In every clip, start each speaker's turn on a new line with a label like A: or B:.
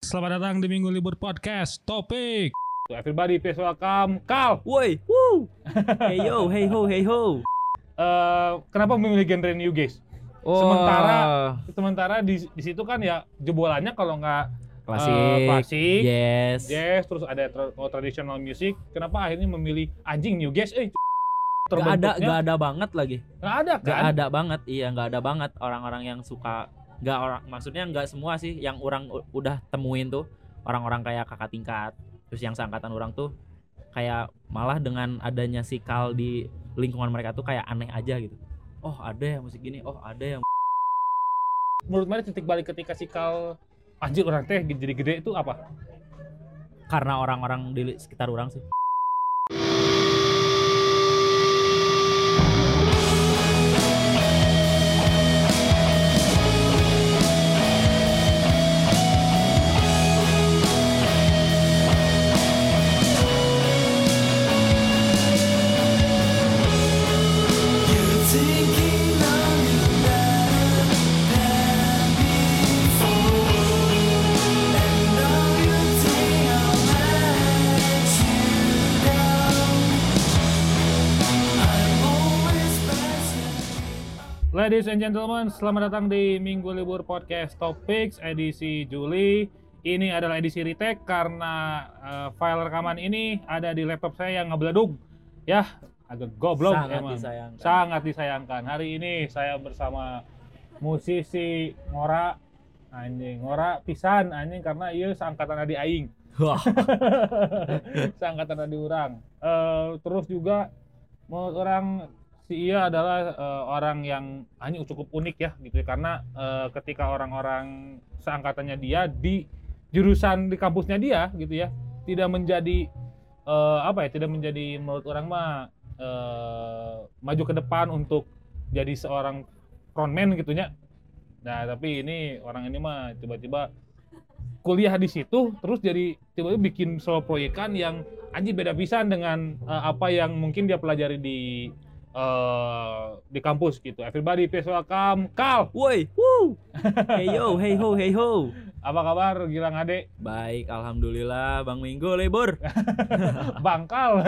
A: selamat datang di Minggu Libur Podcast. Topik. So everybody, please welcome Kal.
B: Woi, woo. Hey yo, hey ho, hey ho.
A: Eh, kenapa memilih genre new guys?
B: Oh.
A: Sementara sementara di, di situ kan ya jebolannya kalau nggak
B: klasik,
A: eh, klasik,
B: yes.
A: jazz, terus ada tra- kalau traditional music. Kenapa akhirnya memilih anjing new guys? Eh,
B: Gak ada,
A: terbentuknya
B: gak ada banget lagi.
A: nggak ada
B: Gak
A: kan?
B: ada banget, iya gak ada banget orang-orang yang suka gak orang, maksudnya gak semua sih yang orang u- udah temuin tuh orang-orang kayak kakak tingkat, terus yang seangkatan orang tuh kayak malah dengan adanya sikal di lingkungan mereka tuh kayak aneh aja gitu. Oh ada yang musik gini, oh ada yang
A: Menurut mana titik balik ketika si Kal anjir orang teh jadi gede itu apa?
B: karena orang-orang di li- sekitar orang sih.
A: Ladies and gentlemen, selamat datang di Minggu Libur Podcast Topics edisi Juli. Ini adalah edisi retake karena eh, file rekaman ini ada di laptop saya yang ngebeledug. Ya, agak goblok
B: Sangat
A: emang.
B: disayangkan.
A: Sangat disayangkan. Hari ini saya bersama musisi Ngora anjing Ngora pisan anjing karena iya seangkatan adik aing.
B: Wah.
A: seangkatan di orang Eh, terus juga menurut orang si Iya adalah eh, orang yang hanya cukup unik ya gitu ya. karena eh, ketika orang-orang seangkatannya dia di jurusan di kampusnya dia gitu ya tidak menjadi eh, apa ya tidak menjadi menurut orang mah eh, maju ke depan untuk jadi seorang frontman gitunya nah tapi ini orang ini mah tiba-tiba kuliah di situ terus jadi tiba-tiba bikin solo proyekan yang anjing beda pisan dengan eh, apa yang mungkin dia pelajari di eh, di kampus gitu. Everybody please welcome Kal.
B: Woi, woo. Hey yo, hey ho, hey ho.
A: Apa kabar Gilang Ade?
B: Baik, alhamdulillah Bang Minggu libur.
A: Bangkal.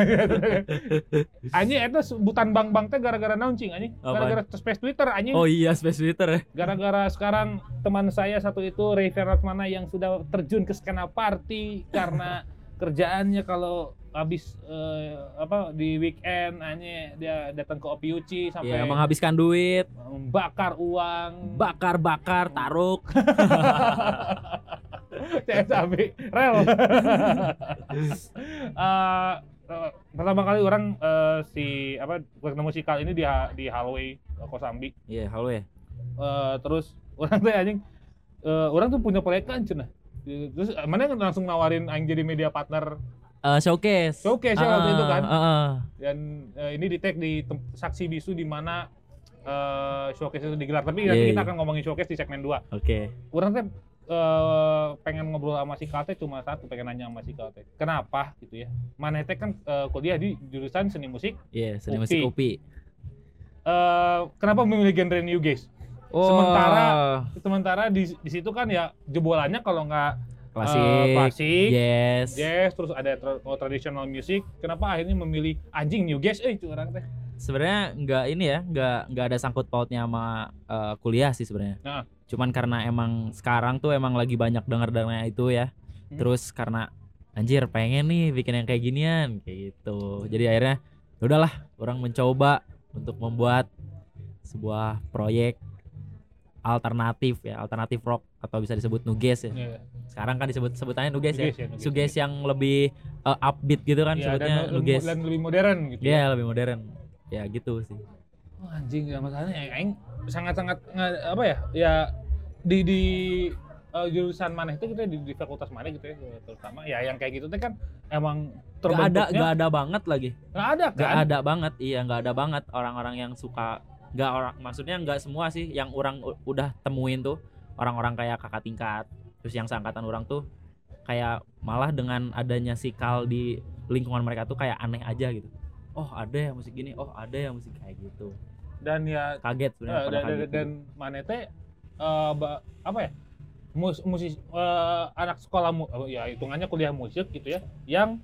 A: anjing itu sebutan bang bang teh gara-gara nauncing anjing.
B: Apaan?
A: Gara-gara space Twitter anjing.
B: Oh iya, space Twitter ya.
A: Gara-gara sekarang teman saya satu itu Refer Ratmana yang sudah terjun ke skena party karena kerjaannya kalau habis eh, apa di weekend hanya dia datang ke OPUC
B: Iya,
A: sampai
B: menghabiskan duit,
A: membakar uang
B: bakar-bakar, taruk.
A: tapi rel Eh, eh, pertama kali orang eh, si apa ketemu si Kal ini di di hallway eh, Kosambi
B: Iya, halo ya.
A: Eh, terus orang tuh anjing eh, orang tuh punya proyekan cenah terus eh, mana yang langsung nawarin aing jadi media partner
B: Eh, showcase.
A: Showcase ya waktu
B: Ah,
A: itu kan.
B: ah, ah.
A: dan eh, ini di tag di tem- saksi bisu di mana eh, showcase itu digelar tapi
B: Iya,
A: nanti
B: iya.
A: kita akan ngomongin showcase di segmen 2
B: Oke.
A: orang tuh eh, pengen ngobrol sama si Kalte cuma satu pengen nanya sama si Kalte kenapa gitu ya Maneh teh kan eh, kuliah di jurusan seni musik
B: Iya,
A: Upi.
B: seni musik Upi.
A: Eh, kenapa memilih genre new guys Sementara- sementara di, di situ kan ya jebolannya kalau nggak
B: klasik. Iya,
A: Eh, klasik.
B: Yes.
A: jazz terus ada tra- kalau traditional music kenapa akhirnya memilih anjing new guys eh itu orang teh
B: Sebenarnya nggak ini ya, nggak nggak ada sangkut pautnya sama eh, kuliah sih sebenarnya.
A: Nah.
B: Cuman karena emang sekarang tuh emang lagi banyak denger dengar itu ya.
A: Hmm.
B: Terus karena anjir pengen nih bikin yang kayak ginian kayak gitu. Jadi akhirnya ya udahlah orang mencoba untuk membuat sebuah proyek alternatif ya, alternatif rock atau bisa disebut nuges ya.
A: Iya,
B: Sekarang kan disebut sebutannya nuges
A: new
B: ya.
A: guys ya, new guys.
B: Suges yang lebih eh, upbeat gitu kan
A: Iya,
B: sebutnya
A: dan, lebih-
B: nuges.
A: dan lebih modern gitu
B: Iya, lebih modern. Ya gitu sih.
A: Wah, anjing ya masalahnya aing- aing sangat-sangat nge- apa ya ya di di eh, jurusan mana itu kita di, di fakultas mana gitu ya terutama ya yang kayak gitu teh kan emang
B: Gak ada
A: terbentuknya
B: gak ada banget lagi.
A: nggak ada
B: Gak
A: kan
B: ada banget. Iya, gak ada banget orang-orang yang suka gak orang maksudnya gak semua sih yang orang u- udah temuin tuh orang-orang kayak kakak tingkat, terus yang seangkatan orang tuh kayak malah dengan adanya sikal di lingkungan mereka tuh kayak aneh aja gitu. Oh, ada yang musik gini, oh ada yang musik kayak gitu.
A: dan ya
B: Kaget
A: Eh,
B: sebenarnya pada gitu.
A: dan, dan,
B: kaget.
A: dan Mane teh eh, ba- apa ya mus musis eh, anak sekolah mu- eh, ya hitungannya kuliah musik gitu ya yang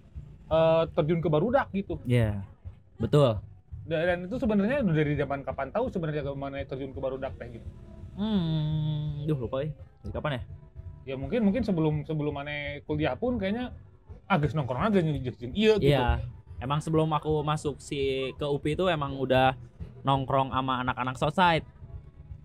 A: eh, terjun ke barudak gitu
B: Iya. Betul.
A: dan, dan itu sebenarnya dari zaman kapan tahu sebenarnya kemana terjun ke barudak teh gitu
B: Hmm, duh lupa euy. Dari kapan ya?
A: ya mungkin mungkin sebelum sebelum mana kuliah pun kayaknya agak nongkrong aja jeung- jeung iya gitu
B: Iya. Emang sebelum aku masuk si ke UPI itu emang udah nongkrong sama anak-anak society.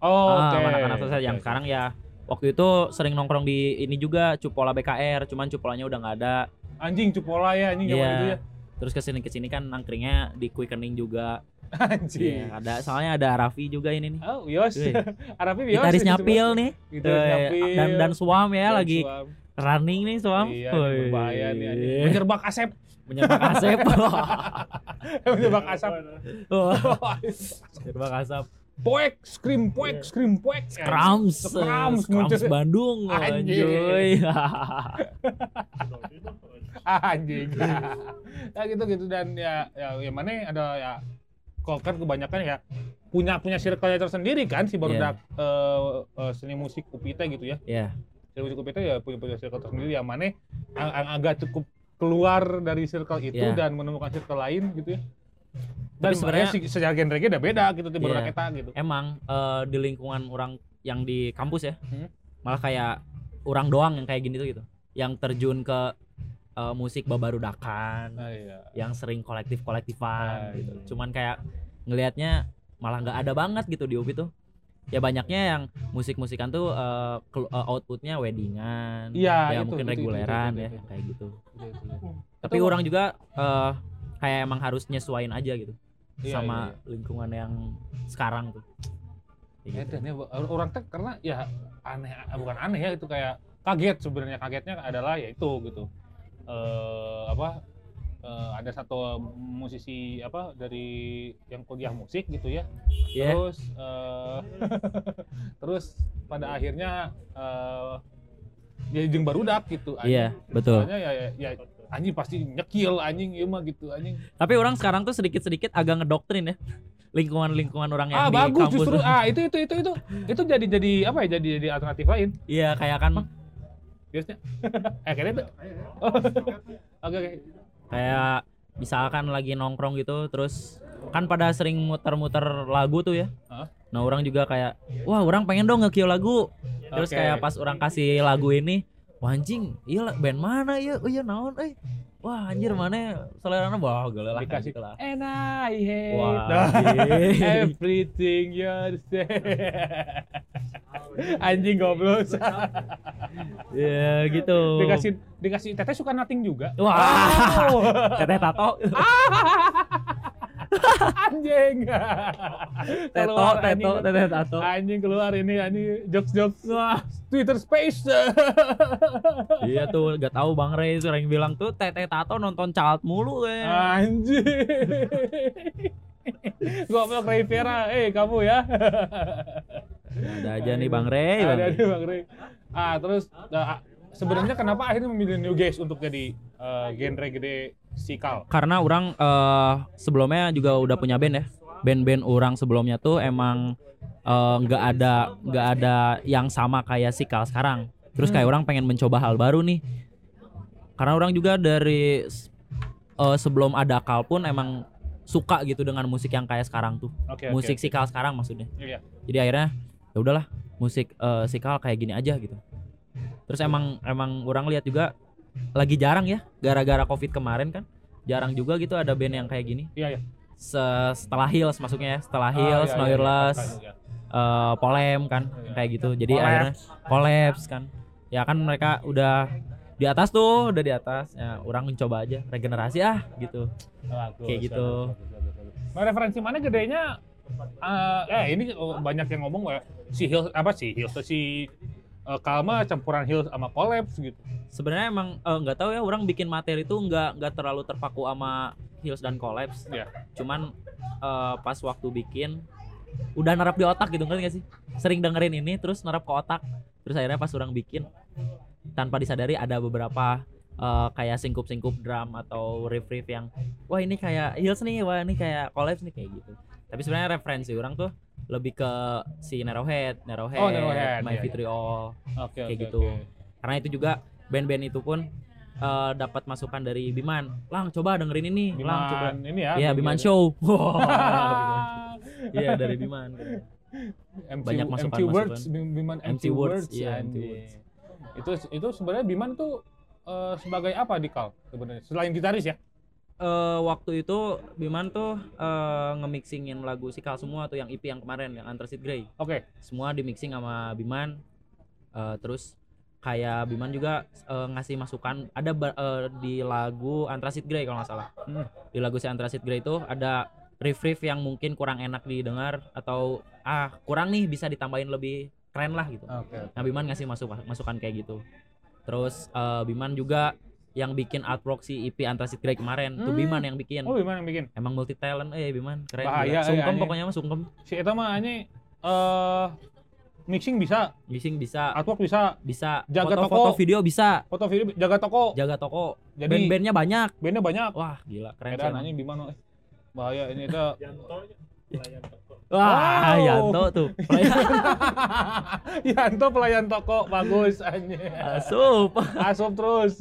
A: oh
B: Ah,
A: oke. iya.
B: sama anak-anak society yang
A: Oke,
B: sekarang ya waktu itu sering nongkrong di ini juga Cupola BKR, cuman Cupolanya udah nggak ada.
A: oke. anjing cupola ya anjing zaman
B: Iya.
A: itu ya
B: Terus kesini kesini kan nangkringnya di Quickening juga.
A: anjing
B: Iya, ada soalnya ada Raffi juga ini nih.
A: Oh, Yos.
B: Wih.
A: Arafi Yos.
B: Gitaris nyapil nih.
A: Gitu,
B: Eh, dan dan suam ya lagi running nih suam.
A: Iya,
B: Woi.
A: ini berbahaya nih anjing. Menyerbak asep.
B: Menyebak asep.
A: Menyerbak asap.
B: Wah, Menyebak asap.
A: poek, scream poek, scream poek.
B: Krams,
A: Krams,
B: Krams,
A: kan. muncul.
B: Bandung,
A: Anjing.
B: anjoy.
A: Ah, anjing. nah, gitu-gitu dan ya ya, ya mana ada ya kalau kan kebanyakan ya punya punya circle-nya tersendiri kan si
B: Iya.
A: barudak eh, eh, seni musik Upita gitu ya.
B: ya,
A: Seni musik Upita ya punya punya circle tersendiri yang mana ag- ag- agak cukup keluar dari circle itu
B: Iya.
A: dan menemukan circle lain gitu ya. Dan
B: Tapi
A: sebenarnya
B: sebenarnya-
A: secara genre-nya udah beda gitu di barudak
B: Iya.
A: eta gitu.
B: emang eh, di lingkungan orang yang di kampus ya,
A: Hmm.
B: malah kayak orang doang yang kayak gini tuh gitu, yang terjun ke eh, musik babarudakan,
A: Nah, iya.
B: yang sering kolektif
A: Anjing.
B: kolektifan, gitu. cuman kayak ngelihatnya malah nggak ada banget gitu di UPI tuh. Ya banyaknya yang musik-musikan tuh eh, kelu- eh, outputnya weddingan,
A: Iya,
B: ya
A: itu, itu, itu,
B: mungkin
A: itu,
B: reguleran
A: itu,
B: ya
A: itu, itu.
B: kayak gitu.
A: Iya, itu, iya.
B: tapi
A: Atau-
B: orang juga eh, kayak emang harus nyesuain aja gitu
A: Iya, iya,
B: sama lingkungan yang sekarang tuh Kayak
A: Ya,
B: gitu.
A: dan ya, orang teh karena ya aneh bukan aneh ya itu kayak kaget sebenarnya kagetnya adalah ya itu gitu eh apa eh, ada satu musisi apa dari yang kuliah musik gitu ya
B: Iya.
A: terus eh, terus pada akhirnya eh dia jeung barudak gitu
B: iya betul
A: soalnya ya, ya, ya anjing pasti nyekil anjing ieu mah gitu anjing
B: tapi orang sekarang tuh sedikit sedikit agak ngedoktrin ya lingkungan lingkungan orang yang
A: ah
B: di
A: bagus
B: kampus
A: justru
B: tuh.
A: ah itu itu itu itu itu jadi jadi apa ya jadi jadi alternatif lain
B: iya kayak kan
A: biasanya eh kayaknya tuh oke oke
B: kayak misalkan lagi nongkrong gitu terus kan pada sering muter-muter lagu tuh ya
A: Hah?
B: nah orang juga kayak wah orang pengen dong nge lagu terus
A: Oke.
B: kayak pas orang kasih lagu ini "Wah, anjing iya lah, band mana ya oh iya naon eh wah anjir mana selera wah gila lah
A: Iya. Dikasih.
B: gitu lah
A: and I hate
B: Wah,
A: everything you say anjing goblok Iya,
B: ya gitu
A: dikasih dikasih teteh suka nothing juga
B: wah
A: Oh.
B: teteh tato
A: Ah, anjing
B: teto
A: Keluar
B: teto
A: anjing.
B: teteh tato
A: anjing keluar ini anjing jokes jokes
B: wah
A: Twitter Space
B: iya tuh gak tahu bang Ray sering bilang tuh teteh tato nonton calt mulu
A: Ah.
B: ya
A: anjing goblok Ray Vera eh kamu ya
B: ada aja nih bang Ray
A: ada
B: bang Ray.
A: ada Bang Rey. Ah, terus ah, ah, sebenarnya kenapa akhirnya memilih New Guys untuk jadi eh, genre gede sikal?
B: karena orang eh, sebelumnya juga udah punya band ya band-band orang sebelumnya tuh emang eh, nggak ada nggak ada yang sama kayak Sikal sekarang terus kayak orang pengen mencoba hal baru nih karena orang juga dari s- eh, sebelum ada Kal pun emang suka gitu dengan musik yang kayak sekarang tuh
A: Oke, oke.
B: musik Sikal sekarang maksudnya
A: Iya.
B: jadi akhirnya ya udahlah musik eh, Sikal kayak gini aja gitu terus
A: Iya.
B: emang emang orang lihat juga lagi jarang ya gara-gara covid kemarin kan jarang juga gitu ada band yang kayak gini
A: Iya, iya.
B: Se- setelah Hills masuknya ya setelah
A: Ah,
B: Hills,
A: iya, iya,
B: Noirless,
A: iya.
B: eh, Polem kan
A: Iya.
B: kayak gitu jadi
A: Collapse.
B: akhirnya Collapse kan ya kan mereka udah di atas tuh udah di atas ya orang mencoba aja regenerasi ah gitu
A: Bagus,
B: Kayak gitu.
A: bagus, bagus, bagus. Nah, referensi mana gedenya? eh, eh ini oh, banyak yang ngomong ya si Hills apa sih Hills si eh, Kalma campuran Hills sama Collapse gitu.
B: sebenarnya emang eh, nggak tahu ya orang bikin materi itu nggak nggak terlalu terpaku sama Hills dan Collapse
A: Iya.
B: cuman eh, pas waktu bikin udah nerap di otak gitu ngerti nggak sih sering dengerin ini terus nerap ke otak terus akhirnya pas orang bikin tanpa disadari ada beberapa eh, kayak singkup-singkup drum atau riff-riff yang wah ini kayak Hills nih wah ini kayak Collapse nih kayak gitu tapi sebenarnya referensi orang tuh lebih ke si Narrowhead, Narrowhead,
A: Oh, Narrowhead, iya, iya.
B: My Future All.
A: Oke
B: Kayak
A: oke,
B: gitu.
A: oke.
B: Karena itu juga band-band itu pun eh, dapat masukan dari Biman. Lang coba dengerin ini, Lang coba.
A: Biman ini ya.
B: Iya, Biman Show. Wow. Iya, dari Biman.
A: MC,
B: Banyak
A: MC
B: masukan-masukan.
A: Words, Bim- Biman MC,
B: MC Words,
A: Words,
B: iya, MC
A: anjing.
B: Words.
A: Itu itu sebenarnya Biman tuh eh, sebagai apa di Kal sebenarnya? Selain gitaris ya?
B: Eh, waktu itu Biman tuh eh, nge-mixingin lagu Sikal semua tuh yang EP yang kemarin yang Anthracite Grey.
A: Oke.
B: Semua di-mixing sama Biman. Eh, terus kayak Biman juga eh, ngasih masukan ada ba- eh, di lagu Anthracite Grey kalau nggak salah.
A: Hmm.
B: Di lagu si Anthracite Grey itu ada riff-riff yang mungkin kurang enak didengar atau ah kurang nih bisa ditambahin lebih keren lah gitu.
A: Oke.
B: Nah Biman ngasih masuk masukan kayak gitu. Terus eh, Biman juga yang bikin artwork si EP Antrasit Grey kemarin tuh
A: Hmm.
B: Biman yang bikin.
A: Oh Biman yang bikin.
B: Emang multi talent, eh Biman keren.
A: Bahaya,
B: gila. sungkem
A: eh, aneh.
B: pokoknya mah sungkem.
A: Si Eta mah ini eh mixing bisa,
B: Mixing bisa,
A: artwork bisa,
B: bisa
A: Jaga toko.
B: foto-foto video bisa,
A: foto video jaga toko.
B: jaga toko.
A: Jadi
B: Band-bandnya banyak.
A: bandnya banyak.
B: Wah gila keren sih
A: Edan
B: emang.
A: anjing Biman eh. bahaya ini Eta.
B: Wah
A: Wow.
B: Yanto tuh.
A: Yanto pelayan toko bagus anjing.
B: Ah, Sup.
A: asup terus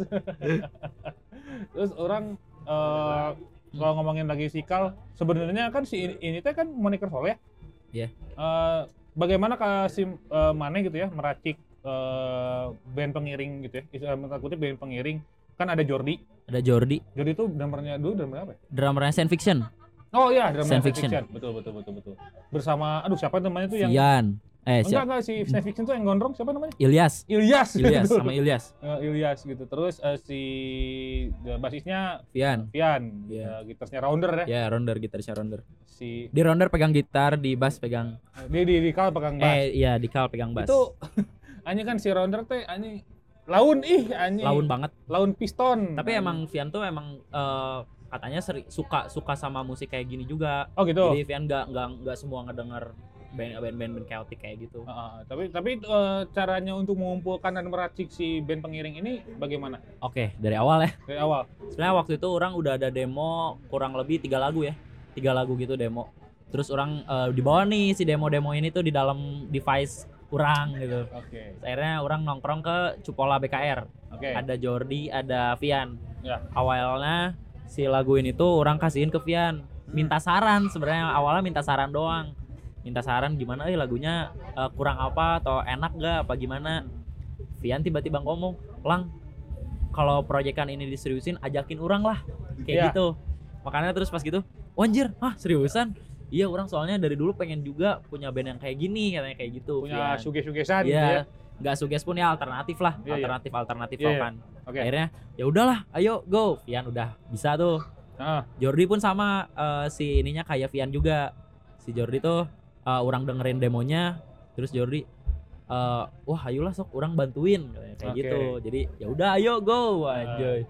A: terus orang eh, kalau ngomongin lagi sikal sebenarnya kan si ini, ini teh kan moniker soleh
B: Iya.
A: Eh, bagaimana ka si eh, Mane gitu ya meracik eh, band pengiring gitu ya istilah tanda kutip band pengiring kan ada Jordi
B: Ada Jordi,
A: Jordi itu drummernya dulu drummer apa ya?
B: drummernya Sand Fiction.
A: oh iya drummer
B: Sand Fiction.
A: betul betul betul betul bersama aduh siapa namanya tuh yang
B: Fian.
A: enggak
B: Eh siap.
A: enggak si Sand Fiction tuh yang gondrong siapa namanya
B: Ilyas.
A: Ilyas
B: Ilyas
A: Betul.
B: sama Ilyas.
A: Eh, Ilyas gitu terus eh, si eh, basisnya
B: Fian.
A: Pian, ya,
B: Iya.
A: gitarnya rounder ya.
B: Ya, rounder gitarisnya rounder.
A: Si
B: di rounder pegang gitar di bass pegang
A: dia di, di kal pegang bass.
B: eh iya di kal pegang bass
A: Itu anjing kan si rounder teh anjing laun ih anjing.
B: laun banget
A: Laun piston.
B: tapi
A: Anjing.
B: emang Vian tuh emang eh, katanya seri, suka suka sama musik kayak gini juga
A: oh gitu.
B: jadi Vian nggak nggak nggak semua ngedenger band band band, band chaotic kayak gitu
A: Heeh, tapi tapi eh, caranya untuk mengumpulkan dan meracik si band pengiring ini bagaimana
B: oke dari awal ya
A: dari awal?
B: sebenarnya waktu itu orang udah ada demo kurang lebih tiga lagu ya tiga lagu gitu demo terus orang eh, dibawa nih si demo demo ini tuh di dalam device orang gitu
A: Oke.
B: Terus akhirnya orang nongkrong ke Cupola BKR
A: Oke.
B: ada Jordi, ada Vian.
A: Ya.
B: Awalnya si lagu ini tuh orang kasihin ke Vian, minta saran sebenarnya awalnya minta saran doang. Minta saran gimana eh lagunya eh, kurang apa atau enak gak apa gimana. Vian tiba-tiba ngomong, "Lang, kalau proyekan ini diseriusin ajakin orang lah." Kayak
A: Ya.
B: gitu. Makanya terus pas gitu, "Oh, anjir, ah seriusan?" Iya, orang soalnya dari dulu pengen juga punya band yang kayak gini, katanya kayak gitu.
A: Hmm, Punya
B: Vian.
A: suge-sugesan gitu ya.
B: Iya, nggak suges pun ya alternatif lah,
A: Iya, iya.
B: alternatif alternatif
A: Iya, iya.
B: rokan.
A: Oke.
B: Akhirnya ya udahlah, ayo go. Vian udah bisa tuh.
A: Ah.
B: Jordi pun sama eh, si ininya kayak Vian juga. Si Jordi tuh eh, orang dengerin demonya, terus Jordi eh, wah ayolah sok orang bantuin katanya, kayak
A: Oke. Ah.
B: gitu. Jadi ya udah ayo go anjay.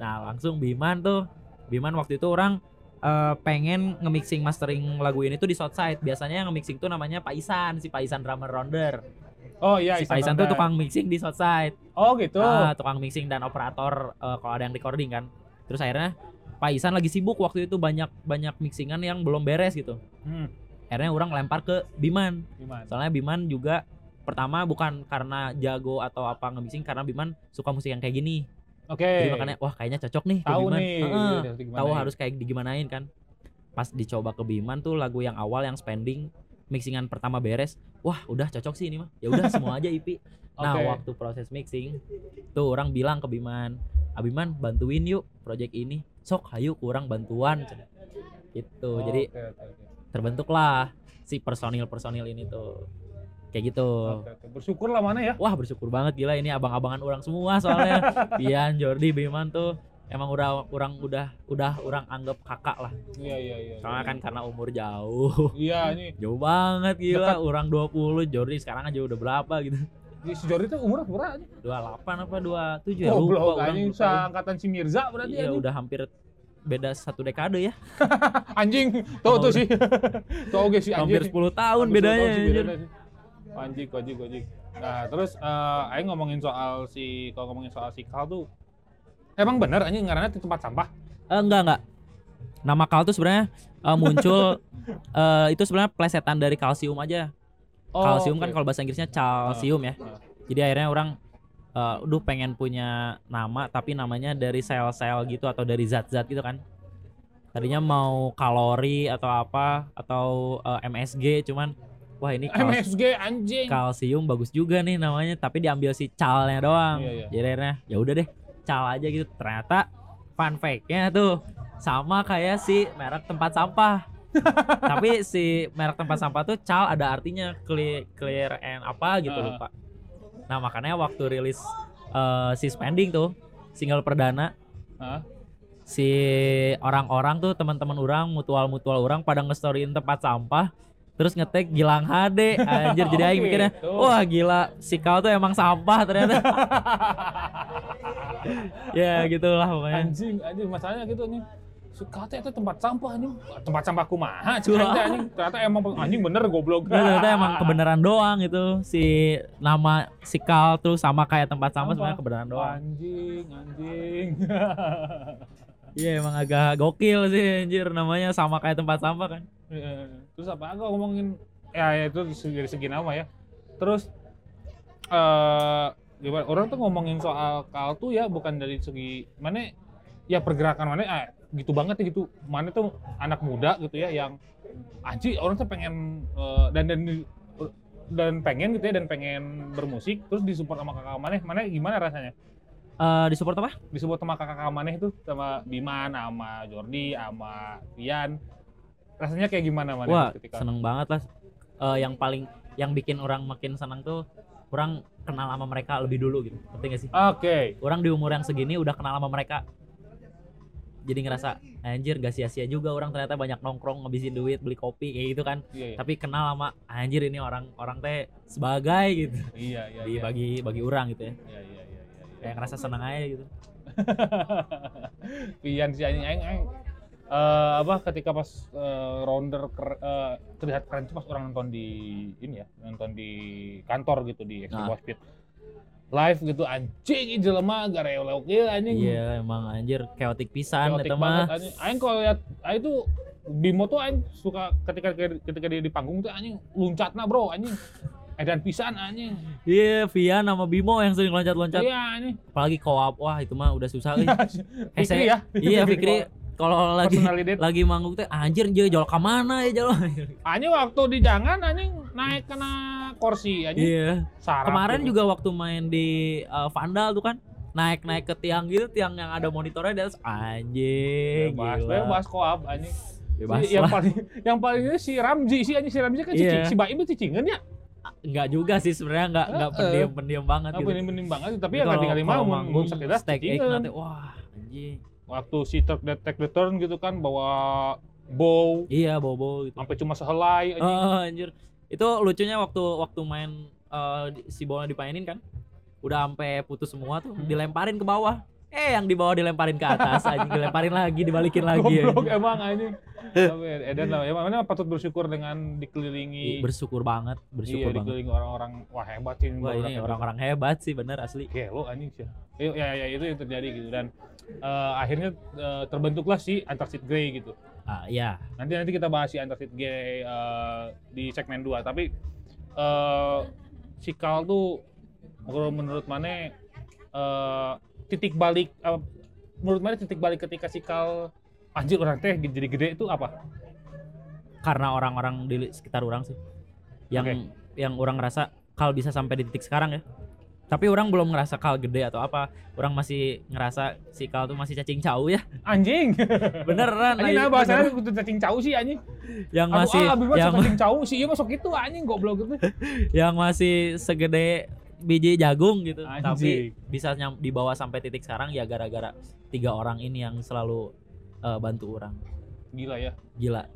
B: Nah, langsung Biman tuh. Biman waktu itu orang eh, pengen nge-mixing mastering lagu ini tuh di Southside. Biasanya yang nge-mixing tuh namanya Paisan, si Paisan drummer rounder
A: Oh iya,
B: si Paisan tuh
A: Rounder.
B: tukang mixing di Southside
A: Oh gitu.
B: Ah, tukang mixing dan operator eh, kalau ada yang recording kan terus akhirnya Paisan lagi sibuk waktu itu banyak banyak mixingan yang belum beres gitu
A: Hmm,
B: akhirnya orang lempar ke Biman
A: gimana?
B: soalnya Biman juga pertama bukan karena jago atau apa nge-mixing karena Biman suka musik yang kayak gini
A: Oke.
B: jadi makanya wah kayaknya cocok nih ke
A: tahu
B: Biman
A: nih.
B: Heeh,
A: gimana
B: tahu
A: ya.
B: harus kayak digimanain kan pas dicoba ke Biman tuh lagu yang awal yang spending mixingan pertama beres wah udah cocok sih ini mah ya udah semua aja IP Nah,
A: Oke.
B: waktu proses mixing tuh orang bilang ke Biman, "Abiman, bantuin yuk project ini. Sok hayu kurang bantuan." cenah. Gitu.
A: Oh,
B: Jadi
A: oke, oke, oke.
B: terbentuklah si personil-personil ini tuh. Kayak gitu.
A: Oke, oke. Bersyukurlah mana ya?
B: Wah, bersyukur banget gila ini abang-abangan orang semua soalnya. Pian, Jordi, Biman tuh emang udah orang udah udah orang anggap kakak lah.
A: Iya iya iya.
B: Soalnya kan karena umur jauh.
A: Iya ini
B: Jauh banget gila,
A: Dekat.
B: orang 20, Jordi sekarang aja udah berapa gitu.
A: di- si Jordi itu umurnya berapa aja?
B: 28 apa 27 ya lupa
A: Goblok
B: orang
A: anjing
B: lupa.
A: seangkatan si Mirza berarti
B: Iya
A: anjing.
B: udah hampir beda satu dekade ya.
A: Anjing, tuh tuh
B: Udah.
A: sih. tuh oke sih anjing.
B: Hampir 10 tahun
A: Iya, Hampir
B: bedanya.
A: setahun sih
B: anjir.
A: bedanya sih. Anjing, anjing, anjing. Nah, terus eh aing ngomongin soal si kalau ngomongin soal si Kal tuh Emang bener anjing ngaranna di tempat sampah?
B: Eh, enggak enggak. nama kal tuh sebenarnya eh, muncul eh, itu sebenarnya plesetan dari kalsium aja. kalsium kan kalau bahasa Inggrisnya calcium ya.
A: Oh, Ah.
B: Jadi akhirnya orang eh duh pengen punya nama tapi namanya dari sel-sel gitu atau dari zat-zat gitu kan. Tadinya mau kalori atau apa atau eh, MSG cuman wah ini kal-
A: MSG anjing.
B: kalsium bagus juga nih namanya tapi diambil si calnya doang.
A: Iya, iya.
B: Jadi akhirnya ya udah deh cal aja gitu. Ternyata fun fact-nya tuh sama kayak si merek tempat sampah. Tapi si merek tempat sampah tuh cal ada artinya clear, clear and apa gitu
A: Ah.
B: lupa. Nah makanya waktu rilis eh, si spending tuh single perdana
A: Ah.
B: si orang-orang tuh teman-teman orang mutual-mutual orang pada ngestoryin tempat sampah terus ngetek Gilang HD anjir jadi
A: Oke,
B: aing
A: Oh.
B: mikirnya
A: tuh.
B: wah gila si kau tuh emang sampah ternyata ya gitulah pokoknya
A: anjing anjing masalahnya gitu nih suka teh itu tempat sampah anjing tempat sampah kumaha cuman teh, anjing ternyata emang anjing bener goblok
B: Nah, ternyata emang kebenaran doang gitu si nama si Kal tuh sama kayak tempat
A: Sampah.
B: sampah sebenarnya kebenaran doang.
A: anjing anjing
B: Iya emang agak gokil sih anjir namanya sama kayak tempat sampah kan.
A: Iya. terus apa aku ngomongin ya ya, itu dari segi nama ya terus eh gimana orang tuh ngomongin soal kaltu ya bukan dari segi mana ya pergerakan mana ah, gitu banget ya gitu mana tuh anak muda gitu ya yang anji orang tuh pengen eh, dan dan dan pengen gitu ya dan pengen bermusik terus disupport sama kakak maneh mana gimana rasanya
B: Eh di support apa?
A: disupport sama kakak maneh itu sama Biman sama Jordi sama Rian rasanya kayak gimana mana
B: Wah seneng banget lah. Eh yang paling yang bikin orang makin senang tuh orang kenal sama mereka lebih dulu gitu. Ngerti gak sih?
A: Oke.
B: Orang di umur yang segini udah kenal sama mereka. Jadi ngerasa anjir gak sia-sia juga orang ternyata banyak nongkrong ngabisin duit beli kopi kayak gitu kan.
A: Iya, iya.
B: Tapi kenal sama anjir ini orang orang teh sebagai gitu.
A: Iya, iya.
B: bagi
A: iya.
B: bagi bagi orang gitu ya
A: Iya, iya, iya, iya, iya.
B: kayak ngerasa seneng aja gitu
A: Pian si anjing aing aing. Eh, apa ketika pas eh, rounder ker- eh, terlihat keren tuh pas orang nonton di ini ya, nonton di kantor gitu di Extreme
B: Nah.
A: Speed. Live gitu anjing ieu jelema gareoleo kieu anjing.
B: iya emang anjir chaotic pisan
A: Chaotic
B: eta
A: banget,
B: mah
A: anjing. Aing kalau lihat aing tuh Bimo tuh aing suka ketika ketika dia di panggung tuh anjing loncatna bro anjing. Edan pisan anjing.
B: iya Vian sama Bimo yang sering loncat-loncat
A: Iya anjing.
B: apalagi koap wah itu mah udah susah euy. Eh,
A: Fikri
B: saya-
A: ya.
B: iya Fikri kalau lagi
A: personality
B: lagi manggung teh anjir dia jauh ke mana ya jauh
A: anjing waktu di jangan anjing naik kena kursi anjing
B: iya
A: sarap
B: kemarin
A: gitu.
B: juga waktu main di eh, Vandal tuh kan naik naik ke tiang gitu tiang yang ada monitornya di atas anjing
A: bebas
B: gila.
A: bebas Iya, koab anjing
B: bebas
A: Si- yang
B: lah.
A: paling yang paling itu si Ramji si anjing si Ramji kan cicing
B: Iya.
A: si Baim itu cicingan ya
B: nggak juga sih sebenarnya nggak nggak
A: Eh, eh.
B: pendiam pendiam banget gitu
A: bening bening banget tapi ya
B: Jadi
A: kali
B: kalau-
A: kali
B: kalau
A: mau manggung
B: manggung
A: sekedar
B: stake egg
A: cicingan
B: nanti wah anjing
A: waktu si Turk the Take the Turn gitu kan bawa bow
B: iya bobo gitu
A: sampai cuma sehelai anjing
B: Eh, anjir itu lucunya waktu waktu main eh, di- si bola dipainin kan udah sampai putus semua tuh
A: Hmm.
B: dilemparin ke bawah eh yang di bawah dilemparin ke atas anjing dilemparin lagi dibalikin lagi
A: goblok
B: anjing.
A: emang anjing tapi Eden lah ya mana patut bersyukur dengan
B: Ih,
A: dikelilingi
B: Iya, bersyukur banget bersyukur
A: iya
B: banget
A: dikelilingi orang-orang gitu. wah hebat sih
B: wah ini
A: hebat.
B: orang-orang hebat sih bener asli
A: gelo anjing sih. Ya, ya, ya, itu yang terjadi gitu dan eh, akhirnya eh, terbentuklah si Antarctic Grey gitu.
B: ah ya
A: Nanti nanti kita bahas si Antarctic Grey eh, di segmen 2 tapi eh si Kal tuh kalau menurut Mane eh, titik balik eh, menurut Mane titik balik ketika si Kal anjir orang teh jadi gede itu apa?
B: karena orang-orang di sekitar orang sih yang
A: Oke.
B: yang orang ngerasa kal bisa sampai di titik sekarang ya tapi orang belum ngerasa kal gede atau apa orang masih ngerasa si kal tuh masih cacing cau ya
A: Anjing.
B: beneran
A: Anjing nah
B: ayo,
A: bahasanya
B: beneran.
A: kudu cacing cau sih anjing.
B: yang
A: Aduh,
B: Iya, masih
A: ah, abis mah
B: yang
A: cacing cau sih ieu masuk itu anjing goblok gitu.
B: yang masih segede biji jagung gitu tapi
A: Anjing.
B: bisa nyam, dibawa sampai titik sekarang ya gara-gara tiga orang ini yang selalu eh, bantu orang
A: Gila ya.
B: gila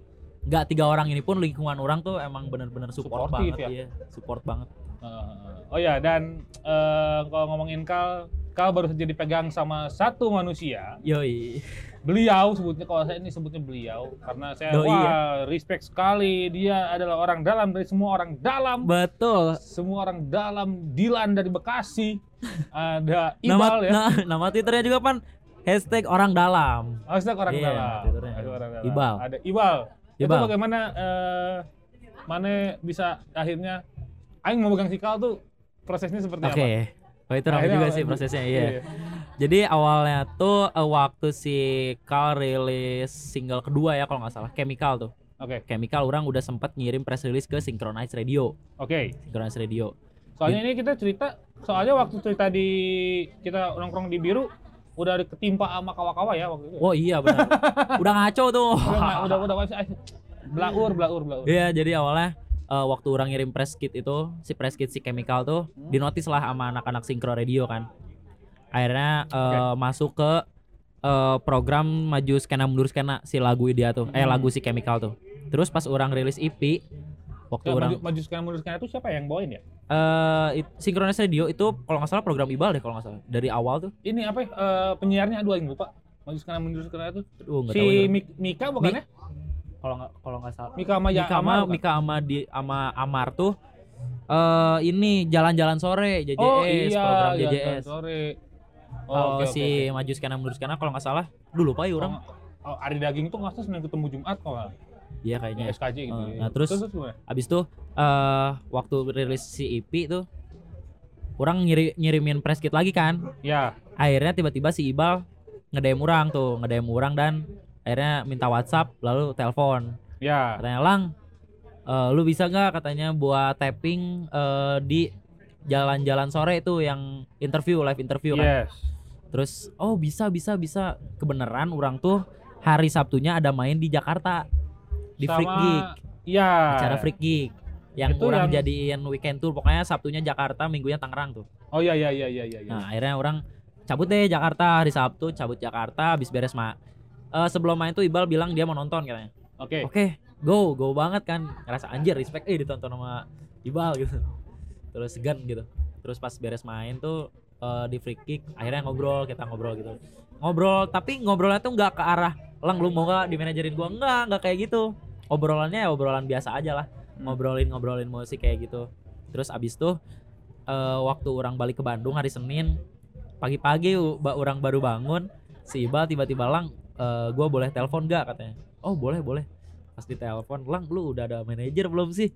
B: nggak tiga orang ini pun lingkungan orang tuh emang bener-bener support
A: Supportive
B: banget ya support banget
A: Heeh. oh ya dan eh, kalau ngomongin Kal, Kal baru saja dipegang sama satu manusia.
B: yoi
A: Beliau sebutnya kalau saya ini sebutnya beliau karena saya
B: Doi, ya?
A: wah respect sekali dia adalah orang dalam dari semua orang dalam.
B: betul
A: Semua orang dalam Dilan dari Bekasi. Ada
B: nama
A: Ibal ya.
B: na- nama twitternya juga pan hashtag orang dalam
A: Hashtag Oh, orang
B: Iya,
A: dalam.
B: Twitternya.
A: Hashtag orang dalam.
B: Ibal.
A: Ada Ibal.
B: ya
A: Itu bagaimana eh mana bisa akhirnya aing mau pegang sikal tuh prosesnya seperti
B: oke
A: apa?
B: oh itu rame
A: Akhirnya
B: juga
A: apa?
B: sih prosesnya iya jadi awalnya tuh eh, waktu si Carl rilis single kedua ya kalau nggak salah Chemical tuh
A: Oke.
B: Chemical orang udah sempat ngirim press release ke Synchronize Radio
A: Oke.
B: Synchronize Radio
A: Soalnya ini kita cerita soalnya waktu cerita di kita nongkrong di biru udah ada ketimpa sama kawa-kawa ya waktu itu. ya?
B: oh iya benar udah ngaco tuh
A: Udah nggak- udah udah udah eh, aing belaur belaur belaur.
B: Iya, jadi awalnya eh, waktu orang ngirim press kit itu, si press kit si chemical tuh
A: Hmm.
B: dinotis lah sama anak-anak sinkro radio kan. Akhirnya eh, masuk ke eh, program maju skena mundur skena si lagu dia tuh, eh
A: Hmm.
B: lagu si chemical tuh. Terus pas orang rilis EP waktu
A: Ya,
B: orang
A: maju, maju sekarang mundur sekarang itu siapa yang bawain ya?
B: eh it- Synchronize radio itu kalau nggak salah program Ibal deh kalau nggak salah dari awal tuh.
A: Ini apa ya? eh, penyiarnya aduh aing lupa. Maju sekarang mundur sekarang itu
B: Aduh, nggak
A: si
B: tahu ya.
A: Mik- Mika bukan ya?
B: kalau nggak kalau nggak salah
A: Mika sama Ya-
B: Mika sama
A: Jamal.
B: Mika sama di sama Amar tuh eh ini jalan-jalan sore JJS
A: Oh iya,
B: program
A: iya,
B: JJS.
A: sore.
B: Oh,
A: oke,
B: si
A: oke, oke.
B: maju skena mundur skena kalau nggak salah dulu lupa ya orang.
A: Oh, hari daging tuh ngasih Senin ketemu Jumat kok.
B: Iya kayaknya.
A: Ya, SKJ gitu.
B: Eh,
A: ya.
B: nah, terus-
A: gimana?
B: Abis itu eh waktu rilis si EP tuh orang ngiri, ngirimin press kit lagi kan.
A: Ya,
B: Akhirnya tiba-tiba si Ibal ngedem orang tuh, ngedem orang dan akhirnya minta WhatsApp lalu telepon.
A: ya.
B: Katanya Lang eh, lu bisa nggak katanya buat tapping eh, di jalan-jalan sore itu yang interview live interview
A: Yes.
B: kan terus oh bisa bisa bisa kebenaran orang tuh hari Sabtunya ada main di Jakarta di Freak
A: Sama-
B: Geek
A: Iya.
B: acara Freak Geek yang
A: Itu
B: orang
A: yang-
B: jadiin weekend tour pokoknya Sabtunya Jakarta minggunya Tangerang tuh
A: Oh iya iya iya iya iya. iya.
B: nah akhirnya orang cabut deh Jakarta hari Sabtu cabut Jakarta habis beres ma Eh, sebelum main tuh Iqbal bilang dia mau nonton katanya
A: Oke.
B: oke go go banget kan ngerasa anjir respect eh ditonton sama Iqbal gitu terus segan gitu terus pas beres main tuh eh, di free kick akhirnya ngobrol kita ngobrol gitu ngobrol tapi ngobrolnya tuh nggak ke arah lang lu mau gak dimanajerin gua enggak nggak kayak gitu obrolannya ya obrolan biasa aja lah
A: Hmm.
B: ngobrolin ngobrolin musik kayak gitu terus abis tuh eh, waktu orang balik ke Bandung hari Senin pagi-pagi u- ba- orang baru bangun si Iqbal tiba-tiba lang eh, gua boleh telepon gak katanya oh boleh boleh pas ditelepon lang lu udah ada manajer belum sih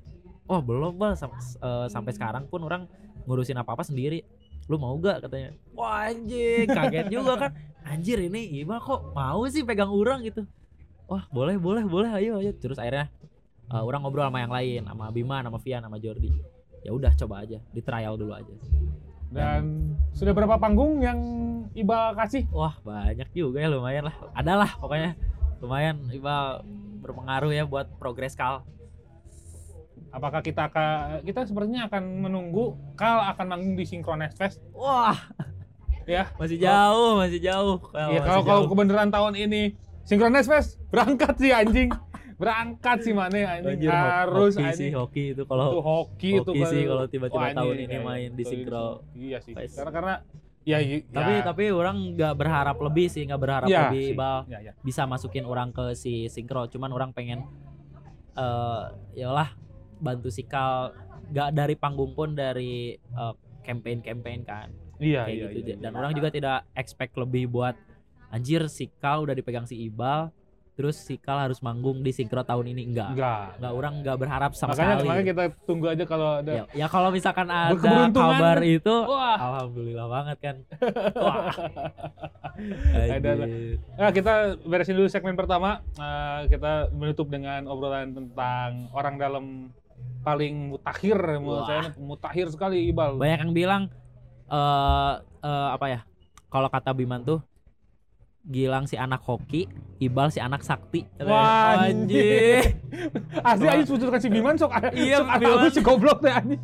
B: oh belum bal Sam- s- eh, sampai sekarang pun orang ngurusin apa apa sendiri lu mau gak katanya wah anjing kaget juga kan anjir ini Iba kok mau sih pegang orang gitu wah boleh boleh boleh ayo ayo terus akhirnya eh, orang ngobrol sama yang lain sama Bima sama Vian sama Jordi ya udah coba aja di trial dulu aja
A: Dan sudah berapa panggung yang Iba kasih?
B: wah banyak juga ya lumayan lah adalah pokoknya lumayan Iba berpengaruh ya buat progres kal
A: Apakah kita akan kita sepertinya akan menunggu Kal akan manggung di Synchronize Fest?
B: wah
A: Ya.
B: masih jauh masih jauh Kal,
A: Iya
B: masih
A: kalau kalau
B: jauh.
A: kebenaran tahun ini Synchronize Fest berangkat sih anjing. Berangkat sih mana anjing
B: Anjir, ho-
A: harus
B: hoki sih
A: anjing.
B: hoki itu
A: itu
B: kalau
A: hoki, itu
B: hoki sih
A: baru.
B: kalau tiba-tiba
A: Wah,
B: tahun
A: anjing,
B: ini
A: iya,
B: main di
A: iya.
B: sinkro.
A: Iya sih.
B: Fest.
A: Karena karena ya, i-
B: tapi
A: ya,
B: tapi orang nggak berharap lebih sih nggak berharap
A: ya,
B: lebih
A: sih.
B: Iqbal
A: Ya, ya.
B: bisa masukin orang ke si sinkro cuman orang pengen eh yalah bantu sikal nggak dari panggung pun dari campaign campaign kan
A: Iya,
B: kayak
A: iya,
B: gitu
A: iya,
B: dan
A: iya.
B: orang juga tidak expect lebih buat anjir sikal udah dipegang si Ibal terus sikal harus manggung di sinkro tahun ini enggak
A: enggak.
B: nggak orang nggak berharap sama
A: makanya
B: sekali gitu.
A: makanya kita tunggu aja kalau ada
B: ya, ya kalau misalkan ada
A: Berkeberuntungan.
B: kabar itu
A: Wah,
B: alhamdulillah banget kan Wah.
A: Ada lah.
B: Anjir.
A: nah, kita beresin dulu segmen pertama. Eh, kita menutup dengan obrolan tentang orang dalam paling mutakhir menurut
B: Wah.
A: saya mutakhir sekali Ibal.
B: banyak yang bilang eh eh, apa ya kalau kata Biman tuh Gilang si anak hoki, Ibal si anak sakti.
A: Wah, anjir.
B: anjir.
A: Asli aja susukan si Biman sok
B: Iya,
A: sok arah
B: Biman.
A: lu si goblok deh anjing.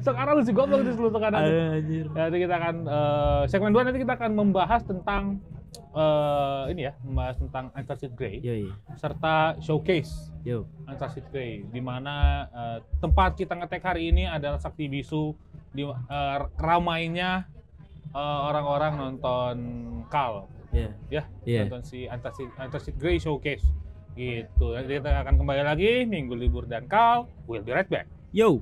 A: sok arah lu si goblok di seluruh kanan.
B: Anjir.
A: Nanti kita akan eh, segmen 2 nanti kita akan membahas tentang eh, ini ya, membahas tentang Uncharted Grey
B: Yoi.
A: serta showcase
B: Yo.
A: Uncharted Grey di mana eh, tempat kita ngetek hari ini adalah Sakti Bisu di eh, ramainya eh, orang-orang nonton Kal,
B: Iya.
A: Ya,
B: Iya.
A: nonton si Uncharted, Uncharted Grey showcase gitu. Nanti kita akan kembali lagi minggu libur dan Kal, we'll be right back.
B: Yo.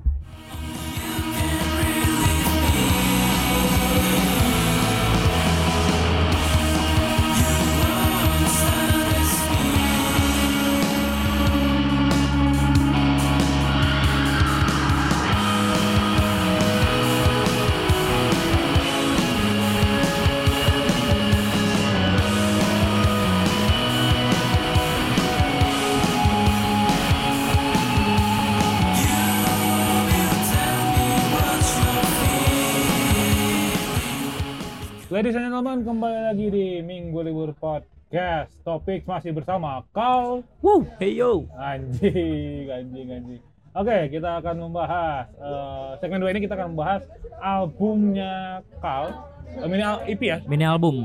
A: Ladies and gentlemen, kembali lagi di Minggu Libur Podcast. Topik masih bersama Kal
B: Wow, hey yo.
A: Anjing, anjing, anjing. Oke, kita akan membahas eh, segmen dua ini kita akan membahas albumnya Kal. Eh, mini al- EP ya,
B: Mini album.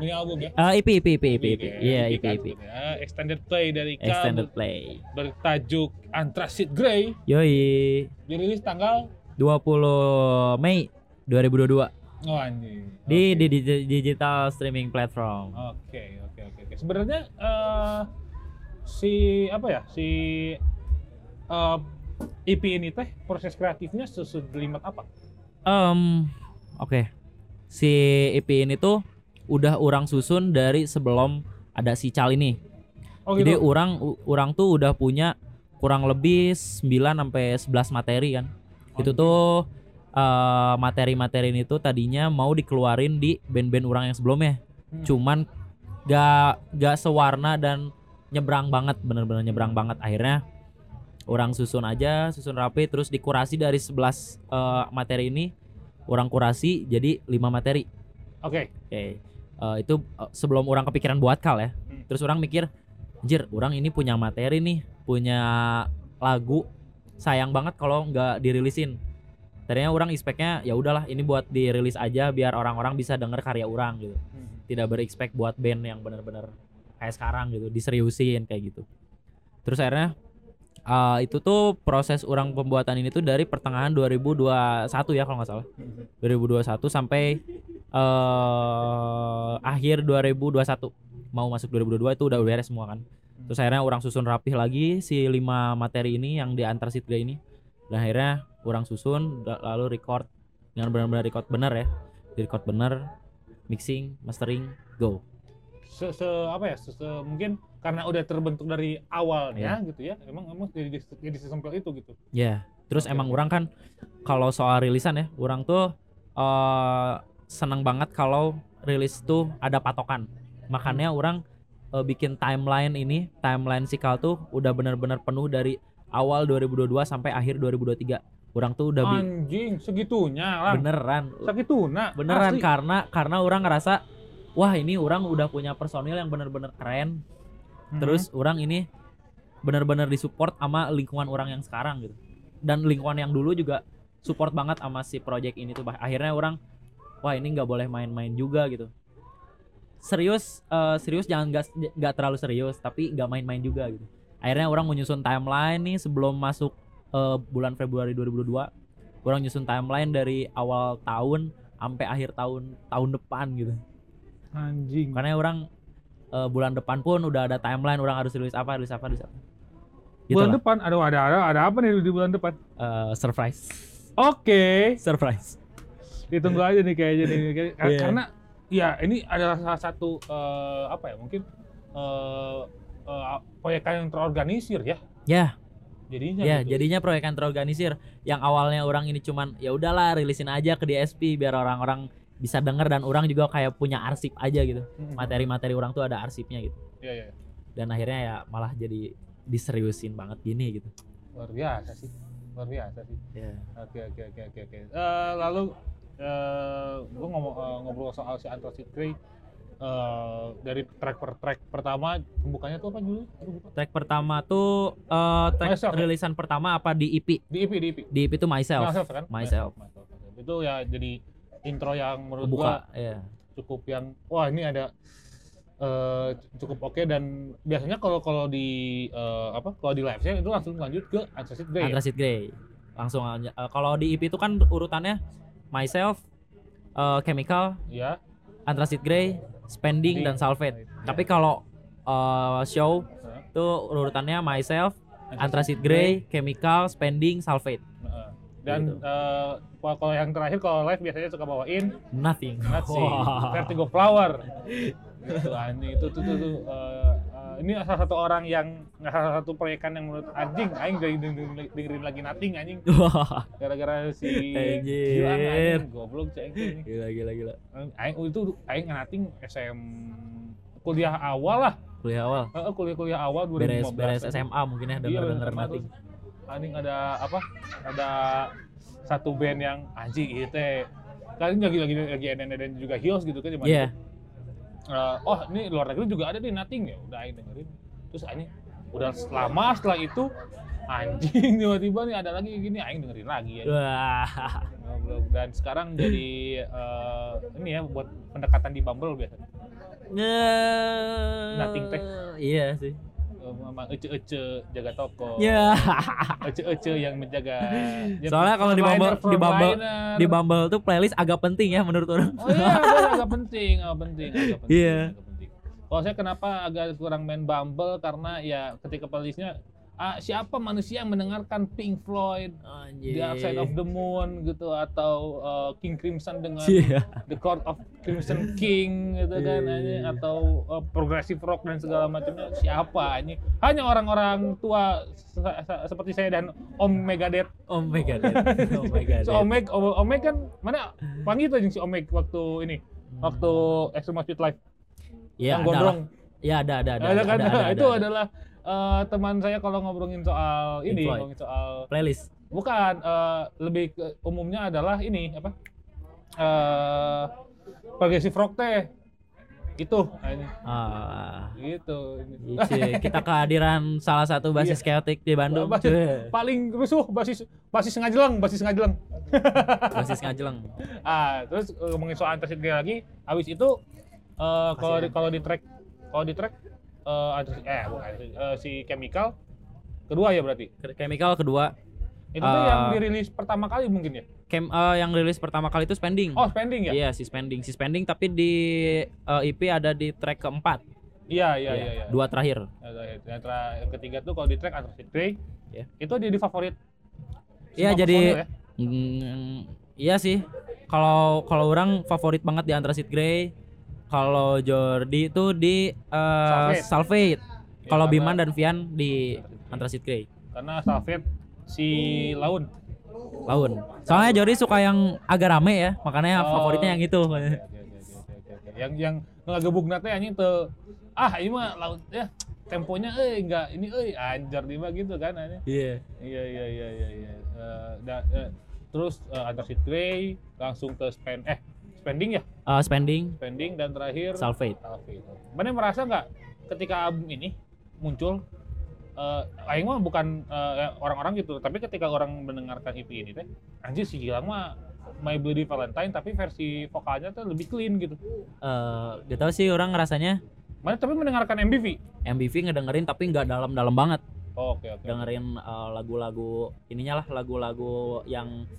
A: mini album ya.
B: Eh, EP, EP, EP, EP, EP.
A: ya,
B: Iya, EP,
A: kan
B: EP.
A: sebutnya. Extended play dari Kal
B: Extended play.
A: bertajuk Anthacid Grey
B: Yoi.
A: dirilis tanggal
B: 20 Mei 2022
A: oh anjing.
B: di,
A: Oke.
B: di, digi- digital streaming platform.
A: Oke, oke, oke. oke. Sebenarnya eh si apa ya? Si eh IP ini teh proses kreatifnya seselimat apa?
B: Um, oke. Si EP ini tuh udah orang susun dari sebelum ada si Cal ini.
A: Oh
B: Jadi
A: gitu.
B: orang u- orang tuh udah punya kurang lebih 9 sampai 11 materi kan.
A: Oh
B: Itu
A: gitu.
B: tuh eh, materi-materi ini tuh tadinya mau dikeluarin di band-band orang yang sebelumnya.
A: Hmm.
B: Cuman gak gak sewarna dan nyebrang banget, bener-bener nyebrang banget akhirnya. Orang susun aja, susun rapi terus dikurasi dari 11 eh, materi ini orang kurasi jadi 5 materi.
A: Oke.
B: Oke. Eh, itu eh, sebelum orang kepikiran buat kal ya.
A: Hmm.
B: Terus orang mikir, anjir, orang ini punya materi nih, punya lagu. Sayang banget kalau nggak dirilisin. Tadinya orang expect-nya ya udahlah ini buat dirilis aja biar orang-orang bisa denger karya orang gitu.
A: Hmm.
B: Tidak berexpect buat band yang bener-bener kayak sekarang gitu, diseriusin kayak gitu. Terus akhirnya eh, itu tuh proses orang pembuatan ini tuh dari pertengahan 2021 ya kalau nggak salah. 2021 sampai eh akhir 2021 mau masuk 2022 itu udah beres semua kan terus akhirnya orang susun rapih lagi si lima materi ini yang di antrasit Grey ini dan akhirnya orang susun da- lalu record dengan benar-benar record bener ya Di record bener mixing mastering go
A: Se, se- apa ya? Se, se- mungkin karena udah terbentuk dari awalnya gitu ya. Emang emang jadi jadi sesempel itu gitu.
B: ya terus
A: Oke,
B: emang
A: oke.
B: orang kan kalau soal rilisan ya orang tuh eh seneng banget kalau rilis tuh ada patokan makanya
A: Hmm.
B: orang eh, bikin timeline ini timeline sikal tuh udah bener-bener penuh dari awal 2022 sampai akhir 2023 orang tuh udah bi-
A: Anjing, segitunya lah.
B: beneran
A: Segitunya.
B: beneran
A: asli.
B: karena karena orang ngerasa wah ini orang udah punya personil yang bener-bener keren
A: Hmm.
B: terus orang ini benar-benar disupport sama lingkungan orang yang sekarang gitu dan lingkungan yang dulu juga support banget sama si project ini tuh Bah- akhirnya orang wah ini nggak boleh main-main juga gitu serius eh, serius jangan nggak nggak terlalu serius tapi nggak main-main juga gitu akhirnya orang menyusun timeline nih sebelum masuk eh, bulan Februari 2022 orang nyusun timeline dari awal tahun sampai akhir tahun tahun depan gitu
A: anjing.
B: karena orang eh, bulan depan pun udah ada timeline orang harus rilis apa rilis apa rilis apa gitu
A: bulan
B: lah.
A: depan, aduh ada ada ada apa nih di bulan depan?
B: Eh, surprise
A: Oke.
B: surprise
A: ditunggu aja nih kayaknya nih Kayak-
B: Iya.
A: karena ya ini adalah salah satu eh, apa ya mungkin eh eh, proyek yang terorganisir ya
B: Ya.
A: jadinya
B: ya
A: gitu.
B: jadinya proyek yang terorganisir yang awalnya orang ini cuman ya udahlah rilisin aja ke DSP biar orang-orang bisa denger dan orang juga kayak punya arsip aja gitu
A: Mm-mm.
B: materi-materi orang tuh ada arsipnya gitu
A: Iya, iya.
B: dan akhirnya ya malah jadi diseriusin banget gini gitu
A: luar biasa sih luar biasa sih
B: ya
A: oke oke oke oke oke Eh, lalu eh gue ngomong eh, ngobrol soal si Anthracic Grey eh, dari track per track pertama pembukanya tuh apa dulu
B: track pertama tuh eh, track
A: Myself, ya?
B: rilisan pertama apa di EP
A: di EP di EP
B: di EP tuh myself
A: Myself, kan
B: Myself.
A: Myself, myself. itu ya jadi intro yang menurut gua
B: buka ya
A: cukup yang wah ini ada eh, cukup oke dan biasanya kalau kalau di eh, apa kalau di live itu langsung lanjut ke Uncharted Grey. ya?
B: Antrasit Grey langsung aja. Eh, kalau di EP itu kan urutannya myself eh, chemical
A: Ya.
B: Antrasit Grey spending dan salvate
A: Ya.
B: tapi kalau eh, show
A: Heeh.
B: itu urutannya myself
A: Uncharted
B: Antrasit Grey chemical spending salvate
A: Heeh. Dan
B: Gitu.
A: eh, kalau kalau yang terakhir kalau live biasanya suka bawain
B: nothing
A: Nazi,
B: Wah.
A: Vertigo Flower. Gitu, anjing itu tuh tuh, tuh. Eh, eh, ini salah satu orang yang salah satu proyekan yang menurut anjing aing dari dengerin dengerin lagi nothing anjing
B: Wah,
A: gara-gara si
B: Anjir.
A: Gilang, anjing goblok cek ini
B: gila gila gila
A: aing itu aing nganating SM kuliah awal lah
B: kuliah awal
A: Heeh, kuliah-kuliah awal 2015
B: beres beres SMA mungkin ya
A: Iya,
B: denger denger
A: SMA
B: nothing
A: terus anjing ada apa ada satu band yang anjing itu teh gitu kan lagi lagi lagi eden eden juga heels gitu kan cuman
B: Iya.
A: eh, oh ini luar negeri juga ada di nothing ya udah aing dengerin terus aing udah lama setelah itu anjing tiba-tiba nih ada lagi gini aing dengerin lagi ya
B: Wah.
A: Ngobrol. dan sekarang jadi eh, ini ya buat pendekatan di Bumble biasanya Nothing teh.
B: Iya sih.
A: Eh, memang ece-ece jaga toko
B: Ya.
A: ece-ece yang menjaga Ya,
B: Soalnya kalau di
A: frontliner,
B: Bumble- di Bumble-
A: frontliner.
B: Di Bumble tuh playlist agak penting ya menurut orang.
A: oh iya bener, agak penting agak penting agak penting
B: Iya.
A: agak penting. kalau saya kenapa agak kurang main Bumble karena ya ketika playlistnya ah, siapa manusia yang mendengarkan Pink Floyd The
B: Iya.
A: Upside of the Moon gitu atau eh, King Crimson dengan
B: Iya.
A: The Court of Crimson King gitu kan
B: Iya,
A: anjing.
B: iya.
A: atau eh, progressive rock dan segala macamnya siapa anjing hanya orang-orang tua se- se- seperti saya dan Om Megadeth
B: Oh my god. Oh my god.
A: si Om Meg Om, Om Meg kan mana panggil tuh anjing si Om Meg waktu ini waktu Extreme Street Live
B: ya,
A: yang
B: ada lah.
A: gondrong
B: Ya ada ada ada.
A: ada, kan? itu
B: ada.
A: adalah eh, teman saya kalau ngobrolin soal
B: Pink
A: ini
B: Floyd.
A: ngomongin soal
B: playlist.
A: bukan eh, lebih ke umumnya adalah ini apa eh progressive rock teh itu anjing.
B: Ah.
A: gitu
B: Iya, cuy. kita kehadiran salah satu basis chaotic di Bandung.
A: Iya. Basis-
B: cuy.
A: paling rusuh basis basis ngajelang basis ngajelang
B: Basis ngajeleng.
A: ah terus eh, ngomongin soal antasik lagi habis itu eh, kalau di kalau di track kalau di track eh, Antasik- eh bukan eh, si chemical kedua ya berarti
B: Chemical kedua.
A: itu tuh yang
B: Eh.
A: dirilis pertama kali mungkin ya
B: Chem, eh, yang rilis pertama kali itu Spending.
A: oh spending ya
B: Iya, si Spending. Si Spending tapi di eh, EP ada di track keempat.
A: iya iya
B: Iya,
A: iya iya.
B: Dua terakhir.
A: Yang, terakhir- yang ketiga tuh kalau di track Antarctic Day
B: Iya.
A: itu jadi favorit
B: Iya,
A: semua
B: jadi-
A: personil ya.
B: Hmm, iya sih. Kalau kalau orang favorit banget di Antrasit Grey. Kalau Jordi itu di eh,
A: Salvate.
B: Salvate. Kalau
A: karena-
B: Biman dan Vian di Antrasit Grey.
A: karena Safir si
B: Hmm.
A: Laun
B: Laun. Soalnya Jordi suka yang agak rame ya, makanya
A: Oh.
B: favoritnya yang itu.
A: Oke, oke, oke, oke, oke, oke. yang yang nggak gebuk nate anjing tuh ah ini mah laut ya temponya eh nggak ini eh anjir dia mah gitu kan anjing.
B: Iya.
A: iya iya iya iya iya Eh, da- eh, terus eh, Antarctic Day langsung ke spend eh spending ya
B: Eh, spending
A: spending dan terakhir
B: Salvate.
A: Tapi itu. Mana merasa nggak ketika album ini muncul eh aing mah bukan eh, orang-orang gitu, tapi ketika orang mendengarkan EP ini teh anjir si Gilang mah My Bloody Valentine tapi versi vokalnya tuh lebih clean gitu.
B: Eh, gak tau sih orang ngerasanya
A: Mana tapi mendengarkan MBV.
B: MBV ngedengerin tapi nggak dalam-dalam banget
A: Oh, Oke oke.
B: dengerin eh, lagu-lagu ininya lah lagu-lagu yang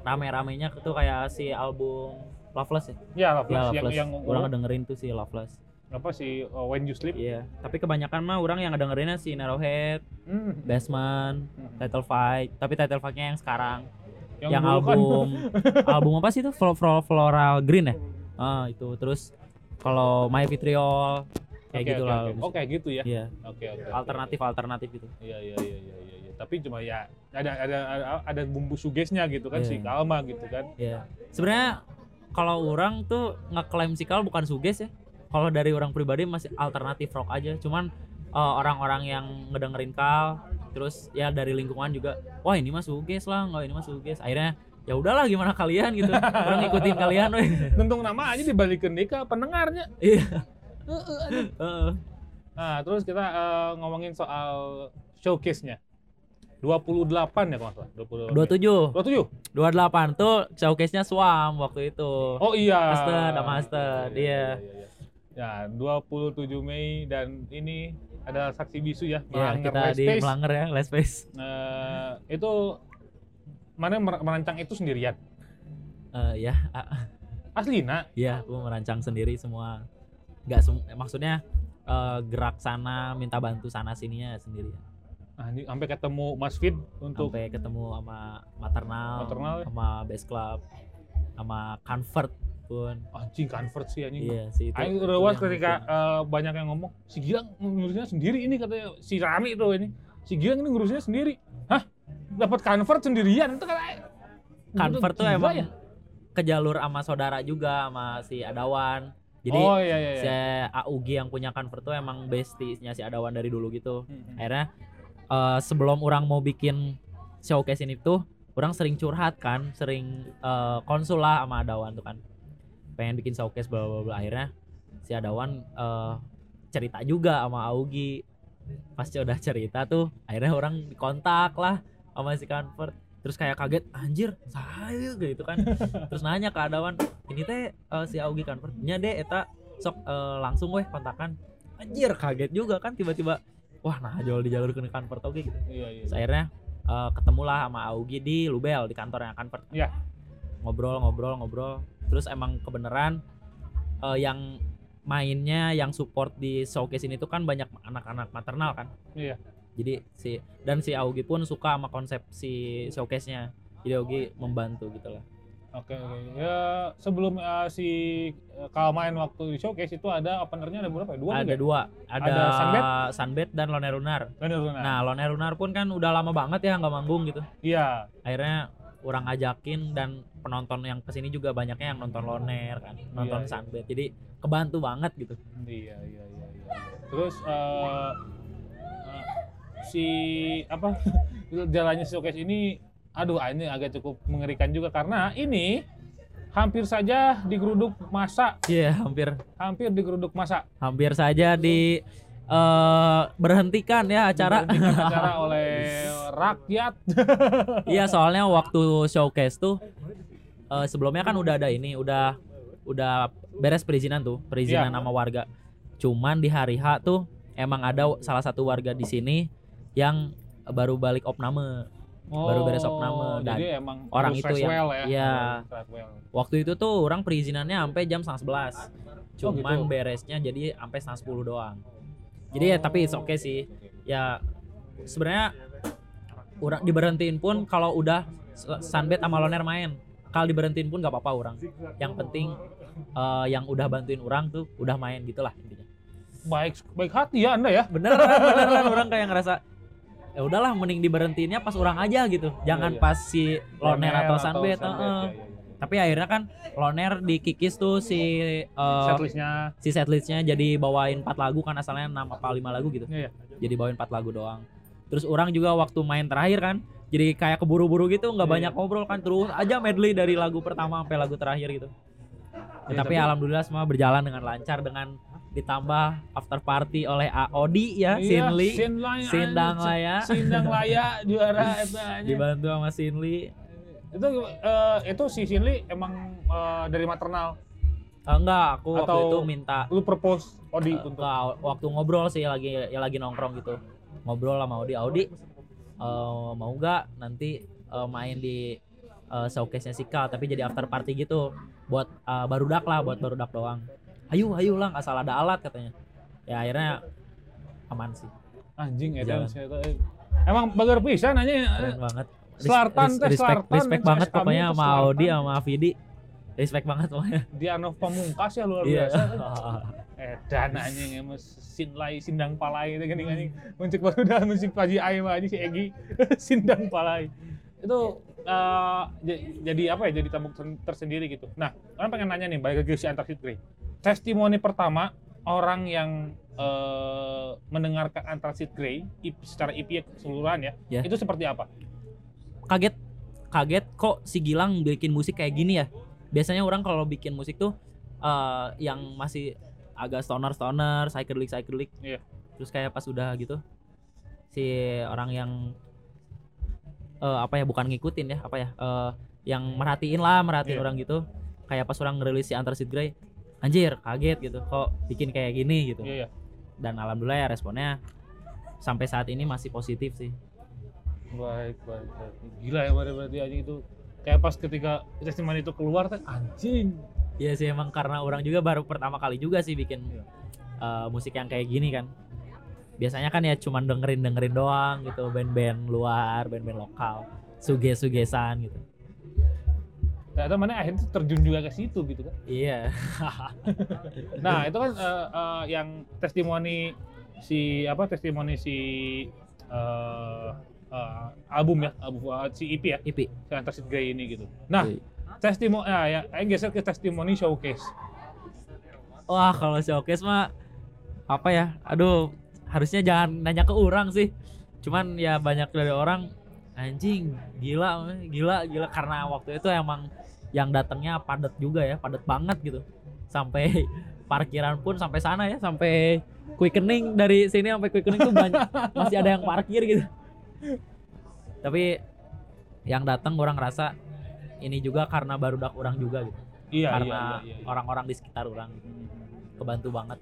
B: rame-ramenya itu kayak si album Loveless ya
A: Ya, lah,
B: Ya,
A: yang
B: Loveless.
A: yang oh,
B: orang dengerin tuh si Loveless.
A: apa sih uh, When You Sleep?
B: Iya. Tapi kebanyakan mah orang yang ngedengerinnya si Narrowhead,
A: Hmm.
B: Basement,
A: Hmm.
B: Title Fight. Tapi Title Fight-nya yang sekarang, yang,
A: dulu kan-
B: album album apa sih itu? Flo- Flo- Floral Green ya? Ah, itu. Terus kalau My Vitriol kayak
A: Oke,
B: gitu
A: oke,
B: lah.
A: Oke, Oke, gitu ya.
B: Iya,
A: Oke oke. oke.
B: alternatif-alternatif gitu.
A: Iya iya iya iya iya. iya. Tapi cuma ya ada ada ada, ada bumbu sugesnya gitu kan si
B: Iya.
A: Kalma gitu kan.
B: Iya. Sebenarnya kalau orang tuh ngeklaim sikal bukan suges ya. Kalau dari orang pribadi masih alternatif rock aja. Cuman eh, orang-orang yang ngedengerin kal, terus ya dari lingkungan juga, wah ini mah suges lah, nggak ini mah suges. Akhirnya ya udahlah gimana kalian gitu. Orang ngikutin kalian, weh.
A: Tentung nama aja dibalikin nih ke pendengarnya.
B: Iya.
A: Heeh, aduh.
B: Heeh.
A: nah, terus kita eh, ngomongin soal showcase-nya. 28 ya kalau nggak salah. 28. 27.
B: 27, 28 tuh showcase-nya Swam waktu itu.
A: Oh iya.
B: Master, ada Master, dia.
A: iya, iya. Ya, 27 Mei dan ini ada saksi bisu ya,
B: Ya,
A: Melanger
B: kita di
A: Space.
B: Melanger ya, Let's Face.
A: Eh, itu mana mer- merancang itu sendirian?
B: Eh, ya, ah,
A: Aslina.
B: Iya, aku merancang sendiri semua. Gak sem maksudnya eh, gerak sana minta bantu sana sininya sendiri ya.
A: Nah, ini sampai ketemu Mas Fit untuk
B: Sampai ketemu sama maternal,
A: Maternal ya?
B: sama base club, sama convert pun.
A: anjing convert sih anjing.
B: Iya sih itu.
A: Aing
B: itu
A: rewas
B: yang
A: ketika
B: bikin.
A: eh, banyak yang ngomong, si Gilang ngurusnya sendiri ini katanya si Rami itu ini. Si Gilang ini ngurusnya sendiri. Hah? Dapat convert sendirian itu kan aing.
B: convert tuh
A: Gila
B: emang ke jalur sama saudara juga sama si Adawan. Jadi
A: oh iya iya.
B: si
A: iya.
B: AUG yang punya convert tuh emang bestiesnya si Adawan dari dulu gitu.
A: Hmm, hmm.
B: akhirnya eh, sebelum orang mau bikin showcase ini tuh orang sering curhat kan sering eh, konsul lah sama Adawan tuh kan pengen bikin showcase bla bla bla akhirnya si Adawan eh, cerita juga sama Augi pas udah cerita tuh akhirnya orang dikontak lah sama si convert terus kayak kaget anjir saya gitu kan terus nanya ke Adawan ini teh eh, si Augi convert nya deh eta sok eh, langsung weh kontakan anjir kaget juga kan tiba-tiba wah nah jual di jalur ke convert oke gitu
A: Iya, iya.
B: Terus akhirnya eh, ketemulah sama Augi di Lubel di kantornya Convert.
A: Iya.
B: Ngobrol, ngobrol, ngobrol. Terus emang kebenaran eh, yang mainnya, yang support di showcase ini tuh kan banyak anak-anak maternal kan.
A: Iya.
B: Jadi si dan si Augi pun suka sama konsep si showcase-nya. Jadi Augi membantu gitu lah.
A: Oke, oke. Ya sebelum eh, si Kal main waktu di showcase itu ada openernya ada berapa? ya? Dua juga.
B: ada dua, ada,
A: Ada Sunbed?
B: Sunbed dan Lone Lunar.
A: Benar, benar.
B: Nah, Lone Lunar pun kan udah lama banget ya nggak manggung gitu.
A: Iya.
B: akhirnya orang ajakin dan penonton yang kesini juga banyaknya yang nonton loner kan
A: Iya,
B: nonton
A: iya.
B: sunbed jadi kebantu banget gitu
A: Iya, iya, iya, iya. Terus eh, eh, si apa jalannya showcase ini aduh ah, ini agak cukup mengerikan juga karena ini hampir saja digeruduk masa,
B: iya hampir
A: hampir digeruduk masa
B: hampir saja di eh, berhentikan ya acara
A: Diberhentikan acara oleh rakyat.
B: iya soalnya waktu showcase tuh eh, sebelumnya kan udah ada ini udah udah beres perizinan tuh perizinan sama warga cuman di hari H tuh emang ada salah satu warga di sini yang baru balik opname Baru beres opname
A: Oh,
B: dan
A: jadi emang
B: orang
A: harus
B: itu yang-
A: Racewell ya.
B: iya.
A: Racewell.
B: Waktu itu tuh orang perizinannya sampai jam setengah sebelas,
A: Oh,
B: cuman
A: gitu.
B: beresnya jadi sampai setengah sepuluh doang. Jadi ya tapi it's okay sih. Ya sebenarnya orang diberhentiin pun kalau udah s- sunbed sama loner main, kalau diberhentiin pun nggak apa-apa orang. Yang penting eh, yang udah bantuin orang tuh udah main gitulah intinya.
A: Baik baik hati ya Anda ya.
B: Beneran beneran kan? orang kayak ngerasa ya udahlah mending diberhentiinnya pas orang aja gitu.
A: Iya,
B: Jangan
A: iya.
B: pas si loner atau sunbed. heeh.
A: ya, ya, ya.
B: Tapi akhirnya kan loner dikikis tuh si eh,
A: Setlistnya
B: si setlistnya jadi bawain 4 lagu kan asalnya 6 apa 5 lagu gitu
A: Iya, iya.
B: jadi bawain 4 lagu doang terus orang juga waktu main terakhir kan jadi kayak keburu-buru gitu nggak
A: Iya.
B: banyak ngobrol kan terus aja medley dari lagu pertama sampai lagu terakhir gitu Ya,
A: Iya,
B: tapi,
A: tapi-
B: alhamdulillah semua berjalan dengan lancar dengan ditambah after party oleh AOD ya
A: Iya,
B: Sinli
A: Sinlay,
B: Sindang
A: anjing.
B: Laya
A: Sindang layak ya, juara itu anjing.
B: dibantu sama Sinli
A: Itu eh, itu si Sinli emang eh, dari maternal.
B: Ah, enggak aku waktu
A: Atau-
B: itu minta
A: Lu propose Odi
B: Eh,
A: untuk
B: enggak, waktu ngobrol sih lagi ya lagi nongkrong gitu ngobrol sama Audi Audi eh, mau nggak nanti eh, main di eh, showcase-nya Sikal tapi jadi after party gitu buat eh, barudak lah buat barudak doang ayo ayo lang asal ada alat katanya ya akhirnya aman sih
A: anjing ya
B: Jalan.
A: Emang bager pisan eh, nanya
B: keren banget Res-
A: Slartan
B: res-
A: teh,
B: respect,
A: Slartan,
B: respect
A: anjing,
B: banget
A: SKB
B: pokoknya
A: itu
B: sama
A: Slartan.
B: Audi sama Vidi respect banget pokoknya
A: Dianov Pamungkas ya luar
B: iya
A: biasa. Eh dan anjing emang Sinlay Sindang Palai itu kan, gini anjing. Muncik baru udah musik Paji Aim aja si Egi Sindang Palai. Itu eh, j- jadi apa ya? Jadi tamu tersen- tersendiri gitu. Nah, orang pengen nanya nih balik lagi si Antarctic Grey. Testimoni pertama orang yang eh, mendengarkan Antarctic Grey ip- secara IP keseluruhan ya,
B: Ya.
A: itu seperti apa?
B: kaget kaget kok si Gilang bikin musik kayak gini ya biasanya orang kalau bikin musik tuh eh, yang masih agak stoner stoner psychedelic psychedelic
A: Iya.
B: terus kayak pas udah gitu si orang yang eh, apa ya bukan ngikutin ya apa ya eh, yang merhatiin lah merhatiin
A: Iya.
B: orang gitu kayak pas orang ngerilis si Antar Sid Grey anjir kaget gitu kok bikin kayak gini gitu
A: Iya, iya.
B: dan alhamdulillah ya responnya sampai saat ini masih positif sih
A: Baik, baik, baik. Gila ya berarti berarti anjing itu kayak pas ketika testimoni itu keluar kan anjing
B: Iya sih emang karena orang juga baru pertama kali juga sih bikin
A: Iya.
B: uh, musik yang kayak gini kan. Biasanya kan ya cuman dengerin dengerin doang gitu band-band luar, band-band lokal, suge-sugesan gitu.
A: ternyata mana akhirnya terjun juga ke situ gitu kan
B: Iya.
A: nah itu kan eh, eh, yang testimoni si apa testimoni si eh, eh, album ya album eh, si EP ya
B: Ipi.
A: si Antasid Grey ini gitu nah
B: Iya.
A: testimoni nah, ya ayo geser ke testimoni showcase
B: Wah kalau showcase mah apa ya? Aduh harusnya jangan nanya ke orang sih. Cuman ya banyak dari orang. anjing gila gila gila karena waktu itu emang yang datangnya padat juga ya padat banget gitu sampai parkiran pun sampai sana ya sampai quickening dari sini sampai quickening tuh banyak masih ada yang parkir gitu tapi yang datang orang ngerasa ini juga karena baru dak orang juga gitu
A: Iya,
B: karena
A: iya, iya, iya.
B: orang-orang di sekitar orang kebantu banget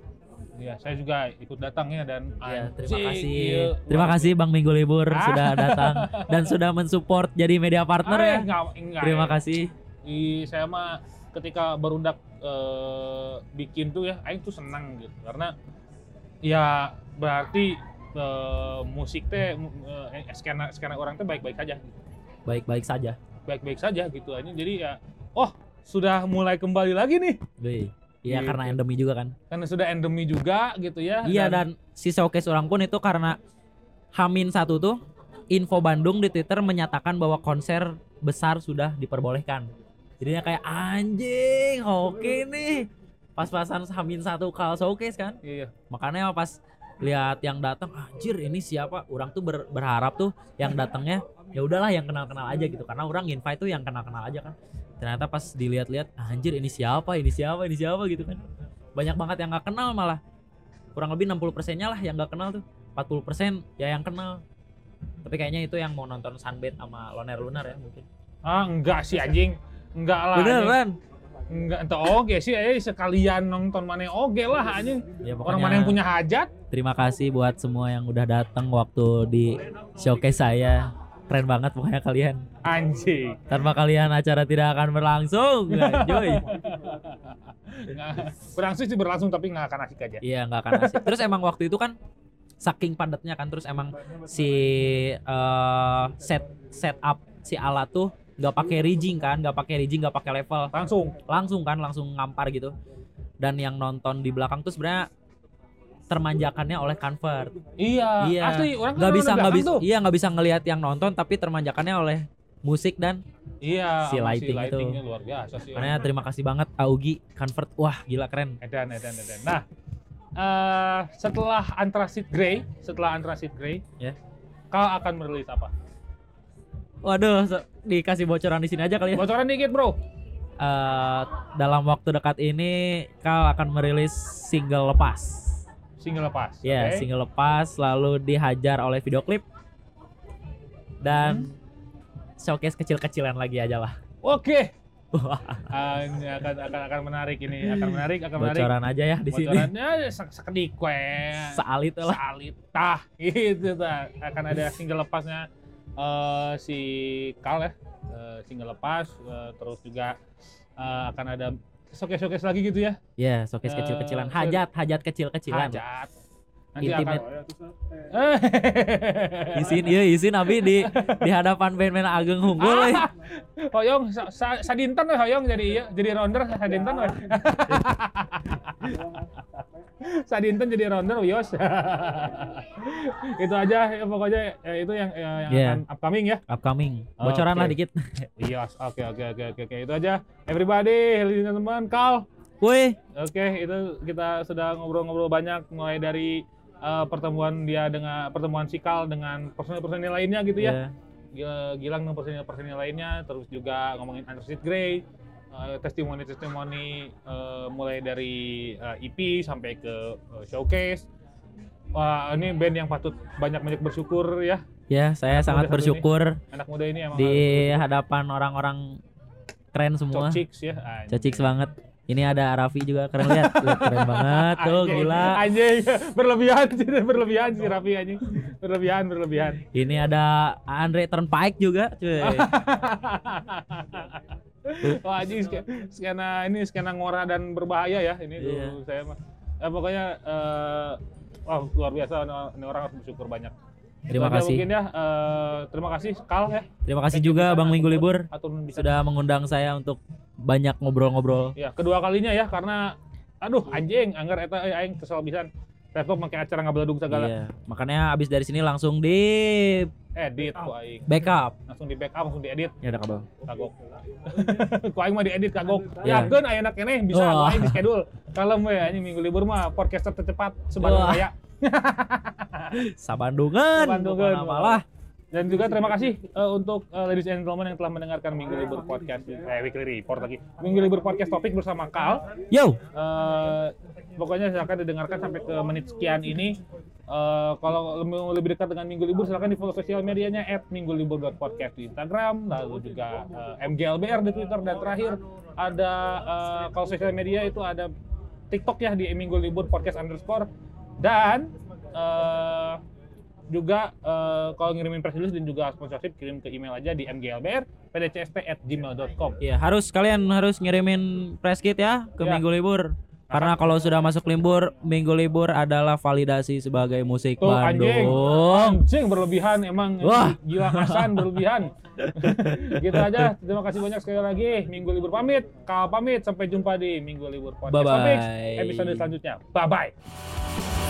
A: Iya, saya juga ikut datang ya dan
B: ya terima
A: anjing,
B: kasih
A: iya.
B: terima kasih Bang Minggu Libur
A: Ah.
B: sudah datang dan sudah mensupport jadi media partner
A: Ah,
B: ya
A: enggak, enggak,
B: terima
A: ya.
B: kasih
A: Di- saya mah ketika Barundak eh, bikin tuh ya, Aing tuh senang gitu karena ya berarti eh, musik teh mu- eh, skena skena orang teh baik-baik aja, gitu.
B: baik-baik saja
A: baik-baik saja gitu aja. Jadi ya, oh sudah mulai kembali lagi nih
B: Wih. Iya
A: Gitu.
B: karena endemi juga kan.
A: karena sudah endemi juga gitu ya.
B: Iya dan si showcase orang pun itu karena Hamin satu tuh info Bandung di Twitter menyatakan bahwa konser besar sudah diperbolehkan. Jadinya kayak anjing, oke nih. Pas-pasan Hamin satu kal showcase kan.
A: iya, iya.
B: Makanya pas lihat yang datang anjir ini siapa? Orang tuh ber- berharap tuh yang datangnya ya udahlah yang kenal-kenal aja gitu karena orang invite tuh yang kenal-kenal aja kan. Ternyata pas dilihat-lihat anjir ini siapa? Ini siapa? Ini siapa gitu kan. Banyak banget yang nggak kenal malah. Kurang lebih 60%-nya lah yang nggak kenal tuh. 40% ya yang kenal. Tapi kayaknya itu yang mau nonton Sunbed sama Loner Lunar ya mungkin.
A: Ah enggak sih anjing, enggak lah. anjing.
B: Beneran.
A: Enggak, ente oge sih, eh sekalian nonton mana oge lah anjing.
B: Ya,
A: Orang
B: pokoknya-
A: mana yang punya hajat?
B: Terima kasih buat semua yang udah datang waktu di showcase saya. Keren banget pokoknya kalian.
A: Anjing.
B: Tanpa kalian acara tidak akan berlangsung, Joy.
A: Nggak- berlangsung sih berlangsung tapi nggak akan asik aja.
B: Iya nggak akan asik. Terus emang waktu itu kan saking padatnya kan, terus emang si eh, set setup si alat tuh nggak pakai rigging kan, nggak pakai rigging, nggak pakai level.
A: Langsung.
B: langsung kan langsung ngampar gitu dan yang nonton di belakang tuh sebenarnya termanjakannya oleh convert
A: Iya.
B: Iya.
A: Asli orang kan
B: nggak bisa
A: udah
B: nggak bisa
A: belakang tuh.
B: iya nggak bisa ngelihat yang nonton tapi termanjakannya oleh musik dan
A: Iya.
B: Si
A: sama
B: lighting itu.
A: lightingnya luar biasa sih.
B: makanya terima kasih banget Augie convert wah gila keren
A: Edan, edan, edan. Nah, eh setelah Antrasit Grey, setelah Antrasit Grey,
B: Ya.
A: kau akan merilis apa?
B: waduh so- dikasih bocoran di sini aja kali ya
A: Bocoran dikit bro.
B: Eh, dalam waktu dekat ini kau akan merilis single lepas
A: Single lepas.
B: ya
A: oke?
B: single lepas lalu dihajar oleh video klip
A: Hmm.
B: dan showcase kecil-kecilan lagi aja lah
A: Oke. Ah, ini akan akan akan menarik ini, akan menarik, akan menarik.
B: bocoran aja ya di sini
A: Bocorannya se- sekedik we.
B: salit lah
A: Salit tah gitu tah. Akan ada single lepasnya eh, si Kal ya. Eh, single lepas eh, terus juga eh, akan ada showcase-showcase lagi gitu ya.
B: ya showcase
A: Eh,
B: kecil-kecilan
A: so-
B: hajat hajat kecil-kecilan
A: Hajat. Nanti Eh.
B: Intimate.
A: akan
B: izin iya izin abi di di hadapan band-band ageng hunggul eh.
A: Ah, hoyong sa, sa, sadinten we, hoyong jadi iya jadi rounder sadinten we. sadinten jadi rounder yos itu aja ya, pokoknya ya, itu yang, ya, yang
B: Yeah.
A: akan upcoming ya
B: upcoming bocoran
A: Oke.
B: lah dikit
A: yos Iya, oke oke oke oke oke itu aja everybody ladies and gentlemen Kal
B: woi
A: oke itu kita sudah ngobrol-ngobrol banyak mulai dari eh, pertemuan dia dengan pertemuan Sikal dengan personil-personil lainnya gitu ya
B: ya
A: Gil- Gilang dan personil-personil lainnya, terus juga ngomongin Underseed Grey, eh, testimoni-testimoni eh, mulai dari eh, EP sampai ke eh, showcase. Wah, ini band yang patut banyak-banyak bersyukur ya.
B: ya saya
A: Aku udah
B: sangat
A: satu
B: bersyukur
A: Anak muda ini emang
B: di hadapan orang-orang keren semua
A: cocix ya. anjing.
B: cocik banget ini ada Raffi juga keren lihat Lihat, keren banget tuh
A: Anjing,
B: gila
A: Anjing, berlebihan sih, berlebihan sih Raffi anjing. Berlebihan, berlebihan.
B: ini ada Andre Turnpike juga cuy
A: Ah, Wah, anjing sk- skena ini skena ngora dan berbahaya ya ini tuh
B: Iya.
A: saya mah. Eh, pokoknya eh wah, luar biasa ini ini orang harus bersyukur banyak. Itu
B: terima
A: aja
B: kasih
A: Mungkin ya eh, terima kasih Kal ya
B: terima kasih juga Bang Minggu Libur
A: atau bisa
B: sudah mengundang saya untuk banyak ngobrol-ngobrol.
A: ya kedua kalinya ya karena aduh anjing anggar eta eh, aing kesel pisan. Laptop pakai acara ngabeladug segala
B: Iya, makanya abis dari sini langsung di
A: edit ku aing.
B: backup.
A: Langsung di backup langsung diedit
B: Ya ada kabel.
A: kagok. ku aing mah diedit kagok.
B: Iya.
A: Yakeun ayeuna keneh bisa ku
B: Wah.
A: aing di schedule. Kalem we anjing minggu libur mah podcaster tercepat sebandung
B: Wah.
A: raya.
B: Sabandungan.
A: Sabandungan.
B: Malah
A: Dan juga terima kasih eh, untuk eh, ladies and gentlemen yang telah mendengarkan Minggu Libur Podcast, eh, Weekly Report lagi. Minggu Libur Podcast topik bersama Kal.
B: Yo,
A: Eh, pokoknya silakan didengarkan sampai ke menit sekian ini. Eh, kalau mau lebih dekat dengan Minggu Libur, silakan di follow sosial medianya at minggulibur.podcast di Instagram, lalu juga eh, MGLBR di Twitter, dan terakhir ada eh, kalau sosial media itu ada TikTok ya di Minggu Libur Podcast underscore dan eh, juga eh, kalau ngirimin press release dan juga sponsorship kirim ke email aja di mglbr pdcst@gmail.com.
B: ya harus kalian harus ngirimin press kit ya ke
A: Ya.
B: minggu libur. Karena kalau sudah masuk libur, minggu libur adalah validasi sebagai musik
A: Tuh Oh, anjing,
B: Bandung.
A: anjing berlebihan emang
B: Wah.
A: gila kasan berlebihan. gitu aja. Terima kasih banyak sekali lagi. Minggu libur pamit, kal pamit. Sampai jumpa di Minggu libur podcast
B: Bye-bye.
A: Topik, episode selanjutnya. Bye bye.